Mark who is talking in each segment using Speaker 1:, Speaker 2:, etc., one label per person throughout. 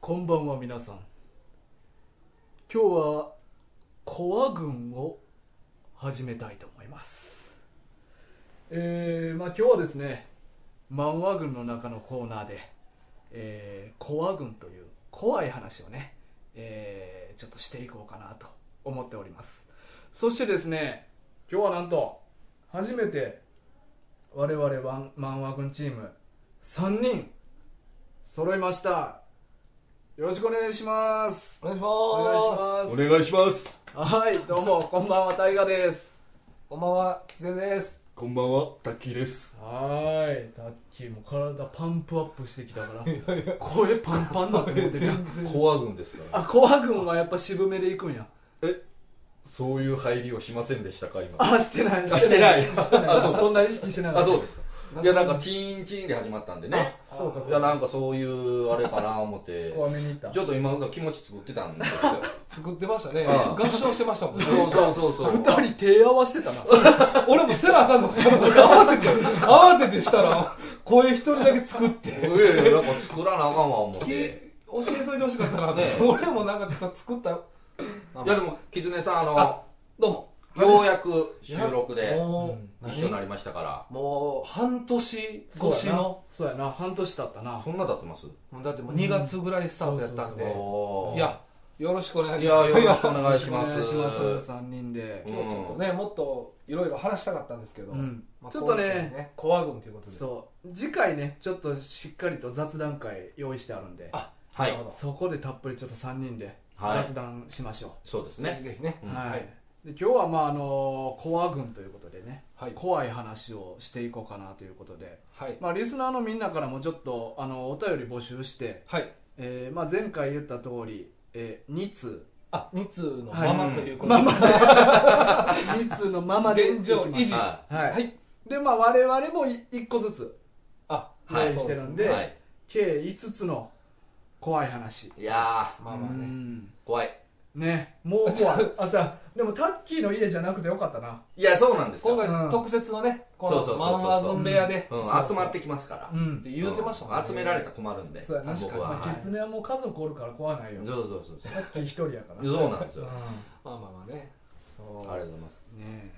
Speaker 1: こんばんは皆さん今日はコア軍を始めたいと思いますえー、まあ今日はですね漫画軍の中のコーナーで、えー、コア軍という怖い話をね、えー、ちょっとしていこうかなと思っておりますそしてですね今日はなんと初めて我々ワン漫画軍チーム3人揃いましたよろしくお願いします
Speaker 2: お願いし
Speaker 1: お願いし
Speaker 2: ます
Speaker 1: ます
Speaker 3: お願いしま
Speaker 1: は
Speaker 3: す
Speaker 1: い、どうも、こんばんは、タイガです。
Speaker 2: こんばんはきつねです
Speaker 3: こんばんはタッキーです
Speaker 1: はーい、タッキーも体パンプアップしてきたから、声パンパンなって思ってるやん。
Speaker 3: コア軍ですか ら
Speaker 1: あ、コア軍はやっぱ渋めで行くんや。
Speaker 3: えそういう入りをしませんでしたか今
Speaker 1: あ、してない、
Speaker 3: あしてない
Speaker 1: してない
Speaker 3: あそう
Speaker 1: そんな意識しなが
Speaker 3: あ
Speaker 1: ら。
Speaker 3: そうですかいやなんかチーンチーンで始まったんでね
Speaker 1: そうか、そ
Speaker 3: いうや
Speaker 1: か。
Speaker 3: なんかそういうあれかな思って
Speaker 1: 怖めに行った。
Speaker 3: ちょっと今気持ち作ってたんです よ
Speaker 2: 作ってましたね
Speaker 3: ああ
Speaker 2: 合唱してましたもんね
Speaker 3: そうそうそうそう
Speaker 1: 二人手合わせてたな。
Speaker 2: 俺もせなあかんのかな慌てて慌ててしたら声一人だけ作って
Speaker 3: いやいやなんか作らなあかんわ思っ
Speaker 2: き教
Speaker 3: て
Speaker 2: えといてほしかったなと思って
Speaker 3: ね
Speaker 2: 俺もなんか作ったよ
Speaker 3: いやでもキツネさんあの
Speaker 2: どうも
Speaker 3: ようやく収録で
Speaker 2: もう
Speaker 3: 一緒に
Speaker 2: 何
Speaker 3: なりましたから
Speaker 2: もう半年
Speaker 1: そう
Speaker 2: 越し
Speaker 1: やな
Speaker 2: の。
Speaker 1: そうやな、半年経ったな。
Speaker 3: そんな経ってます
Speaker 2: だってもう2月ぐらいスタートやったん
Speaker 1: うん
Speaker 2: で
Speaker 3: おー
Speaker 2: いやよろしくお願い
Speaker 3: い
Speaker 2: し
Speaker 3: や
Speaker 2: ます
Speaker 3: よろしくお願いします
Speaker 1: お願いします、三人で。
Speaker 3: うん
Speaker 2: 今日ちょっとねもっといろいろ話したかったんですけど、
Speaker 1: うん
Speaker 2: まあ
Speaker 1: ちょっとね
Speaker 2: 今回コア軍ということで
Speaker 1: そう、次回ね、ちょっとしっかりと雑談会用意してあるんで、
Speaker 2: あ
Speaker 3: は
Speaker 2: なる
Speaker 3: い
Speaker 2: ほど
Speaker 1: そこでたっぷりちょっと三人で
Speaker 3: はい
Speaker 1: 雑談しましょう。
Speaker 3: そうです
Speaker 2: ぜ
Speaker 3: ね
Speaker 2: ひぜひね、
Speaker 3: うん
Speaker 1: は
Speaker 2: はいい、
Speaker 1: で今日はまああのコア軍ということでね、
Speaker 2: はい
Speaker 1: 怖い話をしていこうかなということで、
Speaker 2: はい
Speaker 1: まあ、リスナーのみんなからもちょっとあのお便り募集して、
Speaker 2: はい
Speaker 1: えーまあ、前回言った通り、えー、2通
Speaker 2: あ2通の
Speaker 1: はい
Speaker 2: ままということで、
Speaker 1: ママで2通のままで
Speaker 2: 現状
Speaker 1: いきま
Speaker 2: 維
Speaker 1: し
Speaker 2: 持
Speaker 1: た
Speaker 3: は
Speaker 1: はい、
Speaker 2: はい
Speaker 1: でまあ我々も1個ずつ
Speaker 2: あ
Speaker 1: 用
Speaker 3: はい
Speaker 1: 意してるん
Speaker 2: そう
Speaker 1: で、
Speaker 2: すね
Speaker 3: はい
Speaker 1: 計5つの怖い話
Speaker 3: いや
Speaker 2: まあまあ
Speaker 1: う
Speaker 2: ね
Speaker 1: ん
Speaker 3: ー怖い
Speaker 1: ねもう怖 いあさでもタッキーの家じゃなくてよかったない
Speaker 3: やそうなんです
Speaker 2: 今回
Speaker 3: よ、
Speaker 1: うん
Speaker 2: 特設のねこ
Speaker 3: そ
Speaker 2: の
Speaker 3: うそうそう
Speaker 2: マ
Speaker 3: そう
Speaker 2: ンワー軍部屋で、
Speaker 3: うん
Speaker 1: そうそう
Speaker 3: 集まってきますから、
Speaker 1: うん
Speaker 2: って言うてましたもんね、
Speaker 3: うん集められたら困るんで
Speaker 1: そうやな
Speaker 3: 僕
Speaker 2: 確かに
Speaker 3: は、
Speaker 1: ま
Speaker 3: は
Speaker 1: あ、
Speaker 3: い、
Speaker 1: キ
Speaker 3: そ
Speaker 1: ツネはもう家族おるから怖ないよ
Speaker 3: うそうそう
Speaker 1: さっき一人やから
Speaker 3: そうそうなんです
Speaker 1: うん
Speaker 3: よあ
Speaker 2: まあまあまあね
Speaker 1: そう
Speaker 3: りがとうございます
Speaker 1: ねえ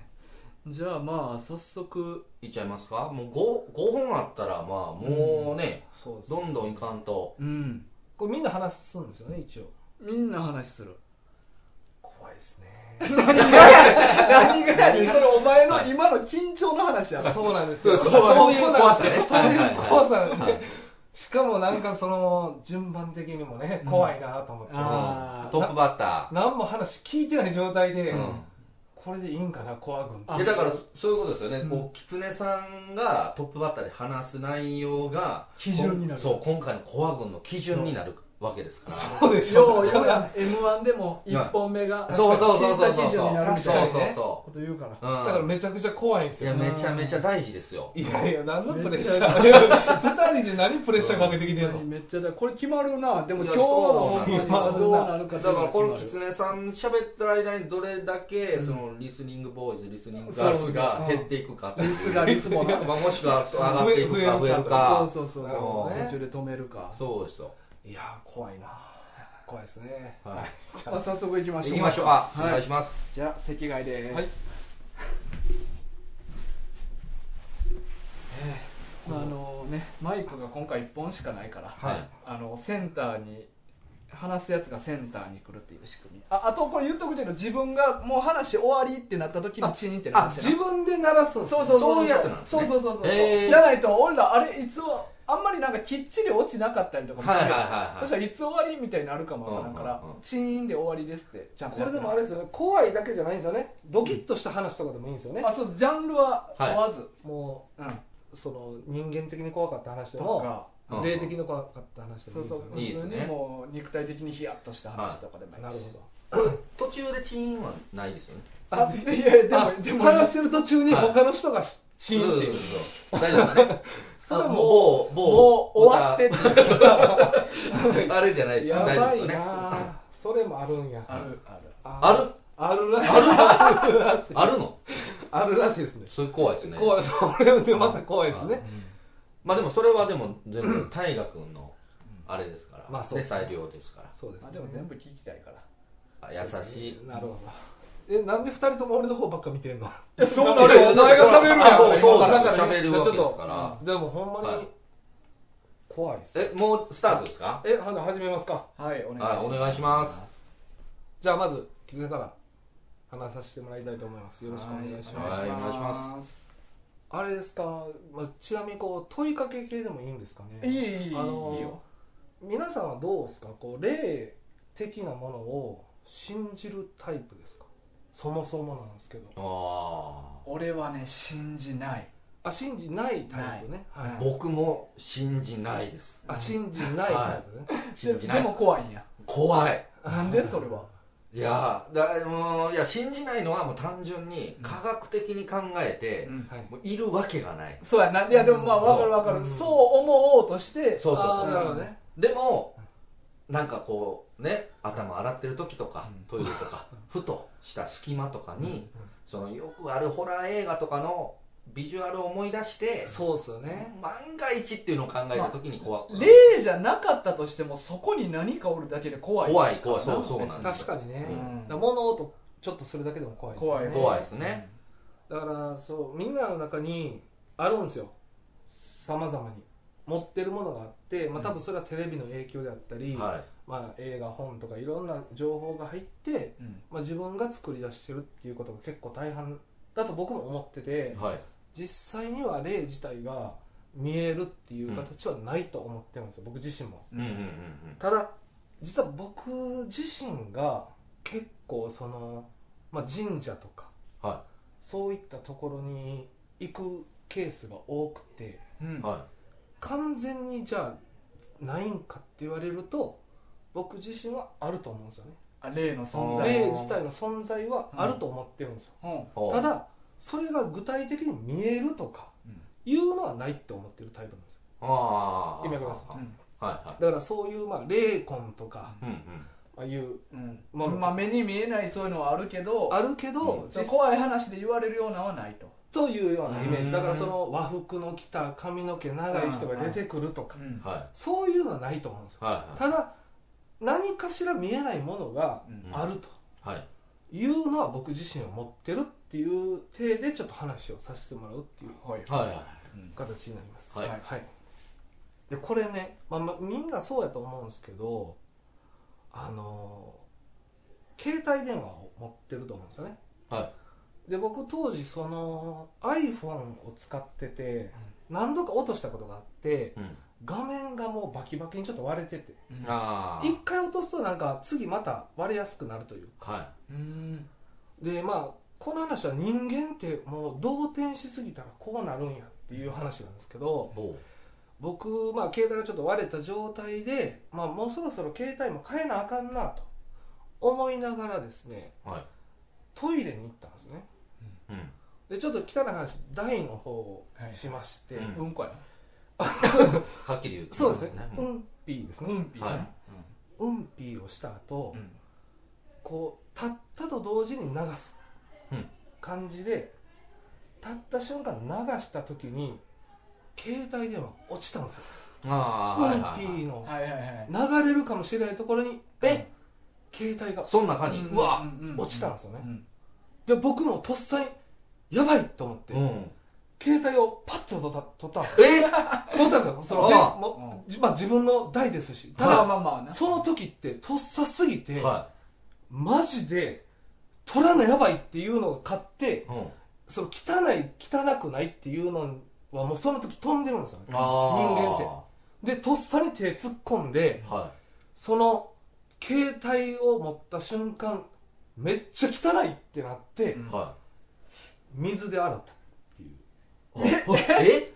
Speaker 1: じゃあまあ早速
Speaker 3: いっちゃいますかもう 5, 五本あったらまあもうね、
Speaker 2: そうです
Speaker 3: どんどんいかんと
Speaker 1: うん
Speaker 2: これみんな話すんですよね一応
Speaker 1: みんな話する
Speaker 2: 怖いですね
Speaker 1: 何がやねんそれお前の
Speaker 3: はい
Speaker 1: 今の緊張の話やろ
Speaker 2: そうなんですよ
Speaker 3: そうそうそういう怖さね
Speaker 2: そういう
Speaker 3: はいはいはい
Speaker 2: 怖さなん
Speaker 3: はい
Speaker 2: でしかもなんかその順番的にもね怖いなと思って、
Speaker 1: あー
Speaker 3: うんトップバッタ
Speaker 2: 何も話聞いてない状態で、
Speaker 3: ー、うん
Speaker 2: これでいいんかなコア軍って
Speaker 1: あ
Speaker 3: いやだからそそういうことですよね、
Speaker 1: うん
Speaker 3: こうキツネさんがトップバッターで話す内容が
Speaker 1: 基準になる
Speaker 3: そう今回のコア軍の基準になるわけですから
Speaker 2: そうでし
Speaker 1: よ
Speaker 2: ょ
Speaker 1: う
Speaker 2: だ
Speaker 1: よう
Speaker 2: か
Speaker 1: や
Speaker 2: ら
Speaker 1: m 1でも一本目が
Speaker 3: そうそうそうそうそう
Speaker 1: 審査基準になるみ
Speaker 2: 確
Speaker 1: た
Speaker 2: か
Speaker 3: そう
Speaker 1: いな
Speaker 2: に
Speaker 3: そう
Speaker 2: ね
Speaker 3: そ
Speaker 1: こと言うから
Speaker 3: う、うん、
Speaker 2: だからめちゃくちゃ怖いんです
Speaker 3: いや
Speaker 2: よ
Speaker 3: めちゃめちゃ大事ですよ
Speaker 2: いやいや何のプレッシャ
Speaker 1: め
Speaker 2: ーいや二人で何プレッシャーかけてきてんの
Speaker 1: めっちゃだこれ決まるなでも
Speaker 3: い
Speaker 1: 今
Speaker 3: や
Speaker 1: 日の
Speaker 3: そう
Speaker 1: ほんまにどうなるかってい
Speaker 3: だか
Speaker 1: うのが決
Speaker 3: らこ
Speaker 1: ま
Speaker 3: の
Speaker 1: る
Speaker 3: キツネさん喋ってる間にどれだけ
Speaker 1: うん
Speaker 3: そのリスニングボーイズリスニングガールズが減っていくかっていう
Speaker 1: リスがリスボンな
Speaker 3: まあもしくは上がっていく
Speaker 2: 増
Speaker 3: か増
Speaker 2: え
Speaker 3: え
Speaker 2: 増え
Speaker 1: そ
Speaker 2: る
Speaker 3: る
Speaker 1: う
Speaker 3: か
Speaker 1: そうそう
Speaker 2: なる
Speaker 1: そ
Speaker 2: ほ
Speaker 1: う
Speaker 2: どね
Speaker 1: 途中で止めるか
Speaker 3: そうですよ
Speaker 2: いや怖いな怖いですね
Speaker 3: はい
Speaker 2: じゃ
Speaker 1: まあ
Speaker 2: あ
Speaker 1: 早速行きましょう
Speaker 3: 行きましょうかお
Speaker 1: はい
Speaker 3: 願いします
Speaker 1: じゃあ席外です、
Speaker 2: はい
Speaker 1: まああのねマイクが今回1本しかないから
Speaker 3: はい
Speaker 1: あのセンターに話すやつがセンターに来るっていう仕組みああとこれ言っとくけど自分がもう話終わりってなった時にチーンってな
Speaker 2: あ
Speaker 1: る
Speaker 2: 自分で鳴らすんです
Speaker 1: そうそうそう
Speaker 3: そういうやつなんですね
Speaker 1: そうそうそうそう、
Speaker 3: へー
Speaker 1: じゃないと俺らあれいつもあんまりなんかきっちり落ちなかったりとかもし
Speaker 3: はい
Speaker 1: て、
Speaker 3: はい
Speaker 1: そした
Speaker 3: は
Speaker 1: らいつ終わりみたいになるかもわからんから、
Speaker 3: うんうんうん
Speaker 1: チーンで終わりですってちゃんと
Speaker 2: こ
Speaker 1: やっ
Speaker 2: れ
Speaker 1: て
Speaker 2: で
Speaker 1: な
Speaker 2: もあれですよね怖いだけじゃないんですよねドキッとした話とかでもいいんですよね
Speaker 1: あそうジャンルは問わず、
Speaker 2: も
Speaker 1: うん
Speaker 2: うその人間的に怖かった話で
Speaker 1: と
Speaker 2: も
Speaker 1: か
Speaker 3: うんうん
Speaker 2: 霊的に怖かった話でも
Speaker 1: そそう
Speaker 2: いいうですよね
Speaker 3: いいです
Speaker 1: 普
Speaker 3: ね
Speaker 1: 通にもう肉体的にヒヤッとした話とかでもいい
Speaker 2: なる
Speaker 1: し
Speaker 2: ほど
Speaker 3: い途中でチーンはないですよね
Speaker 1: あいやいや
Speaker 2: あ
Speaker 1: でも
Speaker 2: で
Speaker 1: でも
Speaker 2: も話してる途中に
Speaker 3: はい
Speaker 2: 他の人がしチーンっていう
Speaker 3: そうそうそう大丈夫だね
Speaker 2: それ
Speaker 3: あ
Speaker 2: も
Speaker 3: 某
Speaker 1: もう
Speaker 3: 某
Speaker 1: 終わってっていう
Speaker 3: 歌あれじゃないですよ
Speaker 2: や
Speaker 3: 大丈夫
Speaker 2: ば
Speaker 3: です
Speaker 2: い
Speaker 3: よね
Speaker 2: なそれもあるんや
Speaker 1: あるある
Speaker 3: ある
Speaker 2: あるらしいあるらしい
Speaker 3: あるの
Speaker 2: あるらしいですね
Speaker 3: それ怖いですよね
Speaker 2: 怖いそれでまた怖いですね
Speaker 3: まあでもそれはでも全部大河君のあれですから、
Speaker 2: まあそう
Speaker 3: ね裁量ですか
Speaker 2: そうです
Speaker 1: あ
Speaker 2: ね
Speaker 1: でも全部聞きたいから
Speaker 3: らあ優しい
Speaker 2: なるほどえなんで二人とも俺の方ばっか見てんの
Speaker 1: いやそう
Speaker 2: な
Speaker 1: な
Speaker 2: るよ
Speaker 1: る
Speaker 2: お前が喋るやん
Speaker 3: あそうそう
Speaker 2: だ
Speaker 3: だ
Speaker 2: か
Speaker 3: からら
Speaker 2: ね
Speaker 3: 喋るわけ
Speaker 2: じゃあ
Speaker 3: で
Speaker 2: ちょ
Speaker 3: す
Speaker 2: っ
Speaker 3: から
Speaker 2: でもほんま
Speaker 3: は
Speaker 2: に
Speaker 3: い
Speaker 2: 怖いです
Speaker 3: えもうスタートですか
Speaker 2: えはな始めますか
Speaker 1: はいお願いし
Speaker 3: はい
Speaker 1: ます
Speaker 3: お願いします
Speaker 2: じゃあまず絆から話させてもらいたいと思いますよろしくお願いします
Speaker 3: はいお願いします
Speaker 2: あれですか、まあ、ちなみにこう問いかけ系でもいいんですかね
Speaker 1: いいいいいいいい
Speaker 2: あの
Speaker 1: よ
Speaker 2: 皆さんはどうですかこう霊的なものを信じるタイプですかそもそもなんですけど
Speaker 3: あ
Speaker 1: 俺はね信じない
Speaker 2: あ信じないタイプねはい、
Speaker 1: ない
Speaker 3: あ僕も信じないです
Speaker 2: あ信じないタイプね、
Speaker 1: で
Speaker 3: 信じな
Speaker 1: で
Speaker 3: い
Speaker 1: も怖いんや
Speaker 3: 怖い
Speaker 1: なん でそれはい
Speaker 3: やだもういや信じないのはもう単純に科学的に考えて、
Speaker 1: うん
Speaker 2: はい
Speaker 3: もういるわけがない
Speaker 1: そうやないやでもまあ
Speaker 3: うん
Speaker 1: 分かる分か
Speaker 2: うん
Speaker 1: るそう思おうとして
Speaker 3: そうそうそう
Speaker 2: あーなるほどね
Speaker 3: でもなんかこうね頭洗ってる時とか、トイレとかふとした隙間とかに、そのよくあるホラー映画とかのビジュアルを思い出して、
Speaker 2: そうっすよね
Speaker 3: 万が一っていうのを考えた時に怖く、
Speaker 1: 霊じゃなかったとしてもそこに何かおるだけで怖い
Speaker 3: 怖い怖いそうそうなんです
Speaker 2: 確かにね、
Speaker 1: うん
Speaker 2: だから物音ちょっとするだけでも怖いですよね
Speaker 1: に
Speaker 3: 怖いですね、
Speaker 2: だからそうみんなの中にあるんですよさまざまに持ってるものがあって、まあ、多分それはテレビの影響であったり、
Speaker 3: はい
Speaker 2: まあ、映画本とかいろんな情報が入って、
Speaker 1: うん
Speaker 2: まあ、自分が作り出してるっていうことが結構大半だと僕も思ってて
Speaker 3: はい
Speaker 2: 実際には霊自体が見えるっていう形はないと思ってるんですよ、僕自身も
Speaker 3: うんうんうん
Speaker 2: ただ実は僕自身が結構その、まあ、神社とか
Speaker 3: うんは
Speaker 2: そういったところに行くケースが多くて
Speaker 1: うん
Speaker 3: いは
Speaker 2: 完全にじゃあないんかって言われると僕自身はあると思うんですよね
Speaker 1: あ霊の存
Speaker 3: あー
Speaker 1: 在
Speaker 2: 霊自体の存在はあると思ってるんですよ、
Speaker 1: うん
Speaker 3: い
Speaker 2: ただそれが具体的に見えるとかいうのはないって思ってるタイプなんですよ
Speaker 3: あ
Speaker 2: 意
Speaker 3: あ
Speaker 2: 味わかります
Speaker 1: うん
Speaker 3: はいは
Speaker 2: だからそういうまあ霊魂とか
Speaker 3: いうん
Speaker 2: ああいう
Speaker 1: うん
Speaker 2: まあ
Speaker 1: まあ目に見えないそういうのはあるけど
Speaker 2: あるけど、
Speaker 3: う
Speaker 1: そ
Speaker 2: 実
Speaker 1: の怖い話で言われるようなはないと
Speaker 2: というようなイメー
Speaker 3: う
Speaker 2: ジ
Speaker 3: ん
Speaker 2: だからその和服の着た髪の毛長い人が出てくるとか
Speaker 1: うん
Speaker 3: うんはい
Speaker 2: そういうのはないと思うんですよ
Speaker 3: はいは
Speaker 2: ただ何かしら見えないものが
Speaker 1: うん
Speaker 2: あると
Speaker 3: いはい
Speaker 2: いうのは僕自身を持ってるっていう体でちょっと話をさせてもらうっていう
Speaker 1: はい
Speaker 3: はいはい
Speaker 2: 形になります
Speaker 3: はい
Speaker 2: でこれね、まあまあ、みんなそうやと思うんですけどあの携帯電話を持ってると思うんですよね
Speaker 3: はい
Speaker 2: で僕当時その iPhone を使ってて何度か落としたことがあって
Speaker 3: うん
Speaker 2: 画面がもうバキバキにちょっと割れてて
Speaker 1: うん
Speaker 3: あ
Speaker 2: 一回落とすとなんか次また割れやすくなるという
Speaker 3: あは
Speaker 1: うん
Speaker 2: でまあこの話は人間ってもう動転しすぎたらこうなるんやっていう話なんですけど
Speaker 3: いも
Speaker 2: 僕、まあ、携帯がちょっと割れた状態で、まあ、もうそろそろ携帯も変えなあかんなと思いながらですね
Speaker 3: うはい
Speaker 2: トイレに行ったんですね
Speaker 3: うん
Speaker 2: でちょっと汚い話台の方をしまして、
Speaker 3: はいうん
Speaker 1: うんこやな
Speaker 3: はっきり言う
Speaker 2: そうですね、
Speaker 3: う
Speaker 2: うんんぴーです
Speaker 1: う
Speaker 2: ね、
Speaker 1: んぴや
Speaker 3: は
Speaker 1: ない
Speaker 2: うん、ぴーをした後、
Speaker 1: うん
Speaker 2: こう立ったと同時に流す
Speaker 3: うん
Speaker 2: 感じで、立った瞬間流した時に携帯電話落ちたんですよ、
Speaker 3: ああは
Speaker 2: う
Speaker 3: いはい
Speaker 2: ん
Speaker 3: は
Speaker 2: ぴー
Speaker 3: い
Speaker 2: の
Speaker 1: はいはいはい
Speaker 2: 流れるかもしれないところにえ携帯が
Speaker 3: その中に
Speaker 1: うん
Speaker 3: うわ
Speaker 1: んん
Speaker 2: 落ちたんですよね
Speaker 1: うん
Speaker 2: で僕もとっさにやばいと思って、
Speaker 3: うん
Speaker 2: 携帯をパッと取った取ったん ですよ
Speaker 3: え
Speaker 2: 取ったんですよそので
Speaker 3: ああ
Speaker 2: もうじまあ、自分の代ですしたた
Speaker 1: だ
Speaker 2: だ、
Speaker 1: まあまあな
Speaker 2: その時ってとっさすぎて、
Speaker 3: は
Speaker 2: マジで取らなやばいっていうのを買って
Speaker 3: いうん
Speaker 2: その汚い汚くないっていうのはもうその時飛んでるんですよね
Speaker 3: ああ
Speaker 2: 人間ってでとっさに手突っ込んで
Speaker 3: は
Speaker 2: その携帯を持った瞬間めっちゃ汚いってなって、
Speaker 1: うん
Speaker 3: いは
Speaker 2: 水で洗ったっていう
Speaker 3: いえ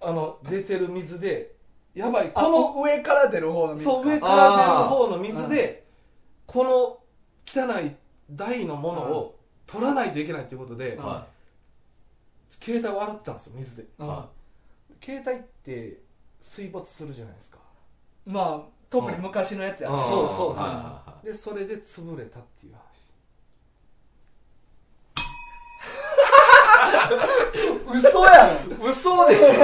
Speaker 2: あの出てる水でやばい
Speaker 1: あ
Speaker 2: この
Speaker 1: お上から出る方の水か
Speaker 2: そう上
Speaker 1: あ
Speaker 2: から出る方の水でこの汚い台のものを取らないといけないということで
Speaker 1: うん
Speaker 3: は
Speaker 2: 携帯を洗ってたんですよ水で
Speaker 3: い
Speaker 1: うん
Speaker 3: は
Speaker 2: 携帯って水没するじゃないですか
Speaker 1: まあ特に昔のやつ
Speaker 3: い
Speaker 1: や
Speaker 3: あー
Speaker 2: そうそうそう
Speaker 3: はいは
Speaker 2: でそれで潰れたっていう話
Speaker 1: 嘘やん
Speaker 3: いはい嘘でしょ
Speaker 2: い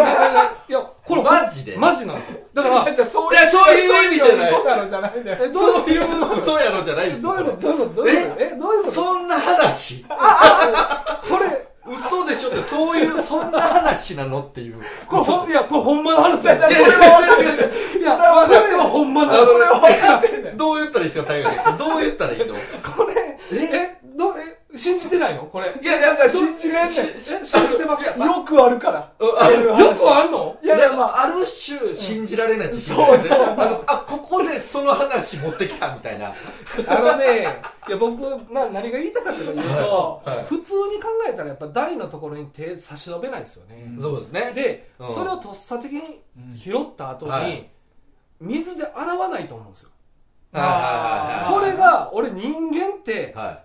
Speaker 2: やこれ
Speaker 3: マジで
Speaker 2: マジなんですよだから
Speaker 1: じゃあそ
Speaker 3: いやそういう意味じゃない
Speaker 1: そうなのじゃないんだよ
Speaker 2: えどういう
Speaker 3: そういうことそうやろじゃないんです
Speaker 2: どういうこと
Speaker 3: よ
Speaker 2: どういうことどういうことえどういうこと
Speaker 3: そんな話
Speaker 2: これ
Speaker 3: 嘘でしょってそういうそんな話なのっていう
Speaker 2: これほんいやこれほんまの話だ
Speaker 1: じゃあ
Speaker 2: よ
Speaker 1: じ
Speaker 2: い
Speaker 1: ゃ
Speaker 2: や
Speaker 1: あそれは分かってる
Speaker 2: いやこれはほんまの話
Speaker 3: それは
Speaker 2: 分かって
Speaker 1: んだよ
Speaker 3: どう言ったらいいですか大河君どう言ったらいいの
Speaker 2: これえどえ信じてないのこれ
Speaker 3: いやい
Speaker 1: いやいや信じられない
Speaker 3: しし
Speaker 2: 信じてます
Speaker 3: いや
Speaker 1: よくあるから
Speaker 3: あ
Speaker 2: よくあんの
Speaker 1: いやいやまあ
Speaker 3: あ、る種信じられない知識だよねあのあここでその話持ってきたみたいな
Speaker 2: あのね、いや僕な、何が言いたかったかというと、
Speaker 3: はいはい
Speaker 2: 普通に考えたらやっぱ台のところに手差し伸べないですよね。
Speaker 3: そうですね
Speaker 2: で、
Speaker 3: うん
Speaker 2: それをとっさ的に拾った後に、
Speaker 3: はい
Speaker 2: 水で洗わないと思うんですよ。
Speaker 1: あ
Speaker 2: そ
Speaker 3: はいはいはいはい
Speaker 2: れが、俺人間って、
Speaker 3: は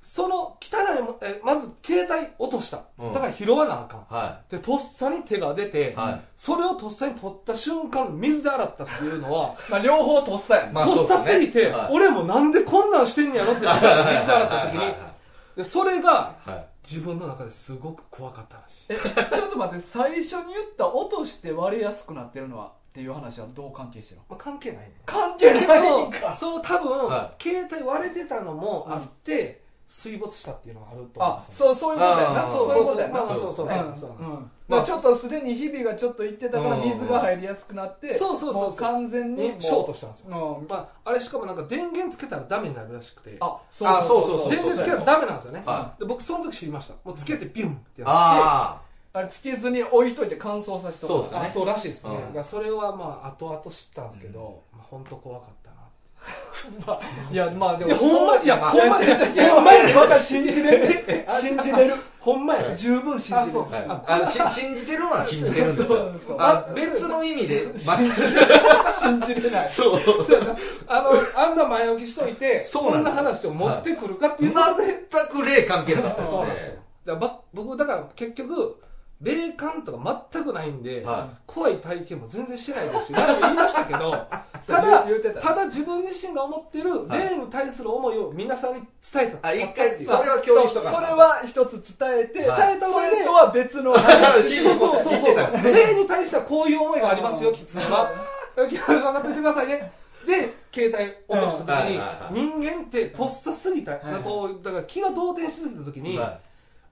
Speaker 2: その汚いもえ、まず携帯落とした。
Speaker 3: うん
Speaker 2: だから拾わなあかん。
Speaker 3: いは
Speaker 2: で、とっさに手が出て、
Speaker 3: はい
Speaker 2: それをとっさに取った瞬間、水で洗ったっていうのは、
Speaker 1: まあ両方とっさや
Speaker 3: い
Speaker 1: ん
Speaker 3: まあ
Speaker 2: とっさすぎて、
Speaker 3: そうですねはい
Speaker 2: 俺もなんでこんなんしてんねやろってなって、水で洗った時
Speaker 3: はい
Speaker 2: に
Speaker 3: はいはいはい。
Speaker 2: でそれが
Speaker 3: はい
Speaker 2: 自分の中ですごく怖かった話
Speaker 1: えちょっと待って最初に言った落として割れやすくなってるのはっていう話はどう関係してるの
Speaker 2: まあ、関係ないね
Speaker 1: 関係
Speaker 2: け
Speaker 1: ないん
Speaker 2: ど
Speaker 1: か
Speaker 2: その多分、
Speaker 3: は
Speaker 2: 携帯割れてたのもあって、水没したっていうのがあると思うん
Speaker 1: あ
Speaker 2: ですよ
Speaker 1: そうそういうことやな
Speaker 3: あー
Speaker 1: そうそういうことや
Speaker 2: まあ
Speaker 1: な
Speaker 2: まあそうそうそう
Speaker 1: うん
Speaker 2: そう
Speaker 1: うん
Speaker 2: そう
Speaker 1: まあちょっとすでに日々がちょっといってたから
Speaker 3: うん
Speaker 1: 水が入りやすくなって
Speaker 2: そうそうそうそう
Speaker 1: も完全に
Speaker 2: ね
Speaker 1: もう
Speaker 2: ショートしたんですよ、
Speaker 1: うん
Speaker 2: まあ、あれしかもなんか電源つけたらダメになるらしくて
Speaker 1: あ
Speaker 3: あそうそうそう
Speaker 2: 電源つけたらダメなんですよね、
Speaker 3: は
Speaker 2: で僕その時知りましたもうつけてビュンってやって
Speaker 3: あ
Speaker 1: あれつけずに置いといて乾燥させとく
Speaker 3: そうですね
Speaker 2: あそうらしいですね、
Speaker 3: う
Speaker 2: だ
Speaker 3: ん
Speaker 2: からそれはまあ後々知ったんですけど、まあ、本当怖かったな
Speaker 1: まあいやまあで
Speaker 2: い
Speaker 1: も
Speaker 2: やほんまいや
Speaker 3: まあ
Speaker 2: ほんまいや
Speaker 1: いや
Speaker 2: ほんまや
Speaker 1: まだ信じれる 信じれる
Speaker 2: ほんまやね
Speaker 1: 十分信
Speaker 2: あ
Speaker 1: じ
Speaker 2: そ
Speaker 1: れ
Speaker 2: う
Speaker 1: る
Speaker 3: あはい
Speaker 2: あ
Speaker 3: あのし信じてるのは信じてるんです
Speaker 1: そう
Speaker 3: よ
Speaker 1: そうそう
Speaker 3: あ別の意味でま
Speaker 1: 信じれない
Speaker 3: そう
Speaker 2: そうやなあの、あんな前置きしといて、
Speaker 3: そう
Speaker 2: こ
Speaker 3: なん
Speaker 2: ん
Speaker 3: で
Speaker 2: な
Speaker 3: す
Speaker 2: 話を持ってくるかっていうことで、
Speaker 3: 全く霊関係なかった
Speaker 2: そうなんで
Speaker 3: ですす
Speaker 2: よ
Speaker 3: ね。
Speaker 2: だからば僕、だから結局、霊感とか全くないんで、
Speaker 3: は
Speaker 2: 怖い体験も全然してないですし、何も言いましたけど、
Speaker 1: そう
Speaker 2: ただ
Speaker 1: 言うてたね
Speaker 2: ただ自分自身が思ってる
Speaker 3: はい
Speaker 2: 霊に対する思いを皆さんに伝えた。
Speaker 3: あ一回
Speaker 2: 伝え
Speaker 3: それは共有しとか
Speaker 1: そ
Speaker 3: な
Speaker 1: それは一つ伝えて、
Speaker 3: はい
Speaker 2: 伝えた
Speaker 1: そ
Speaker 2: 上で
Speaker 1: れとは別の話
Speaker 2: そうそうそう
Speaker 3: 言ってたんで
Speaker 2: そ
Speaker 3: す
Speaker 2: う。
Speaker 3: ね
Speaker 2: 霊に対してはこういう思いがありますよ、きつねは。分かっててくださいね。で、携帯落とした時に
Speaker 3: うんはいはいは、い
Speaker 2: 人間ってとっさすぎた、
Speaker 1: はいはい
Speaker 2: こう、だから気が動転しすぎた時に、
Speaker 3: は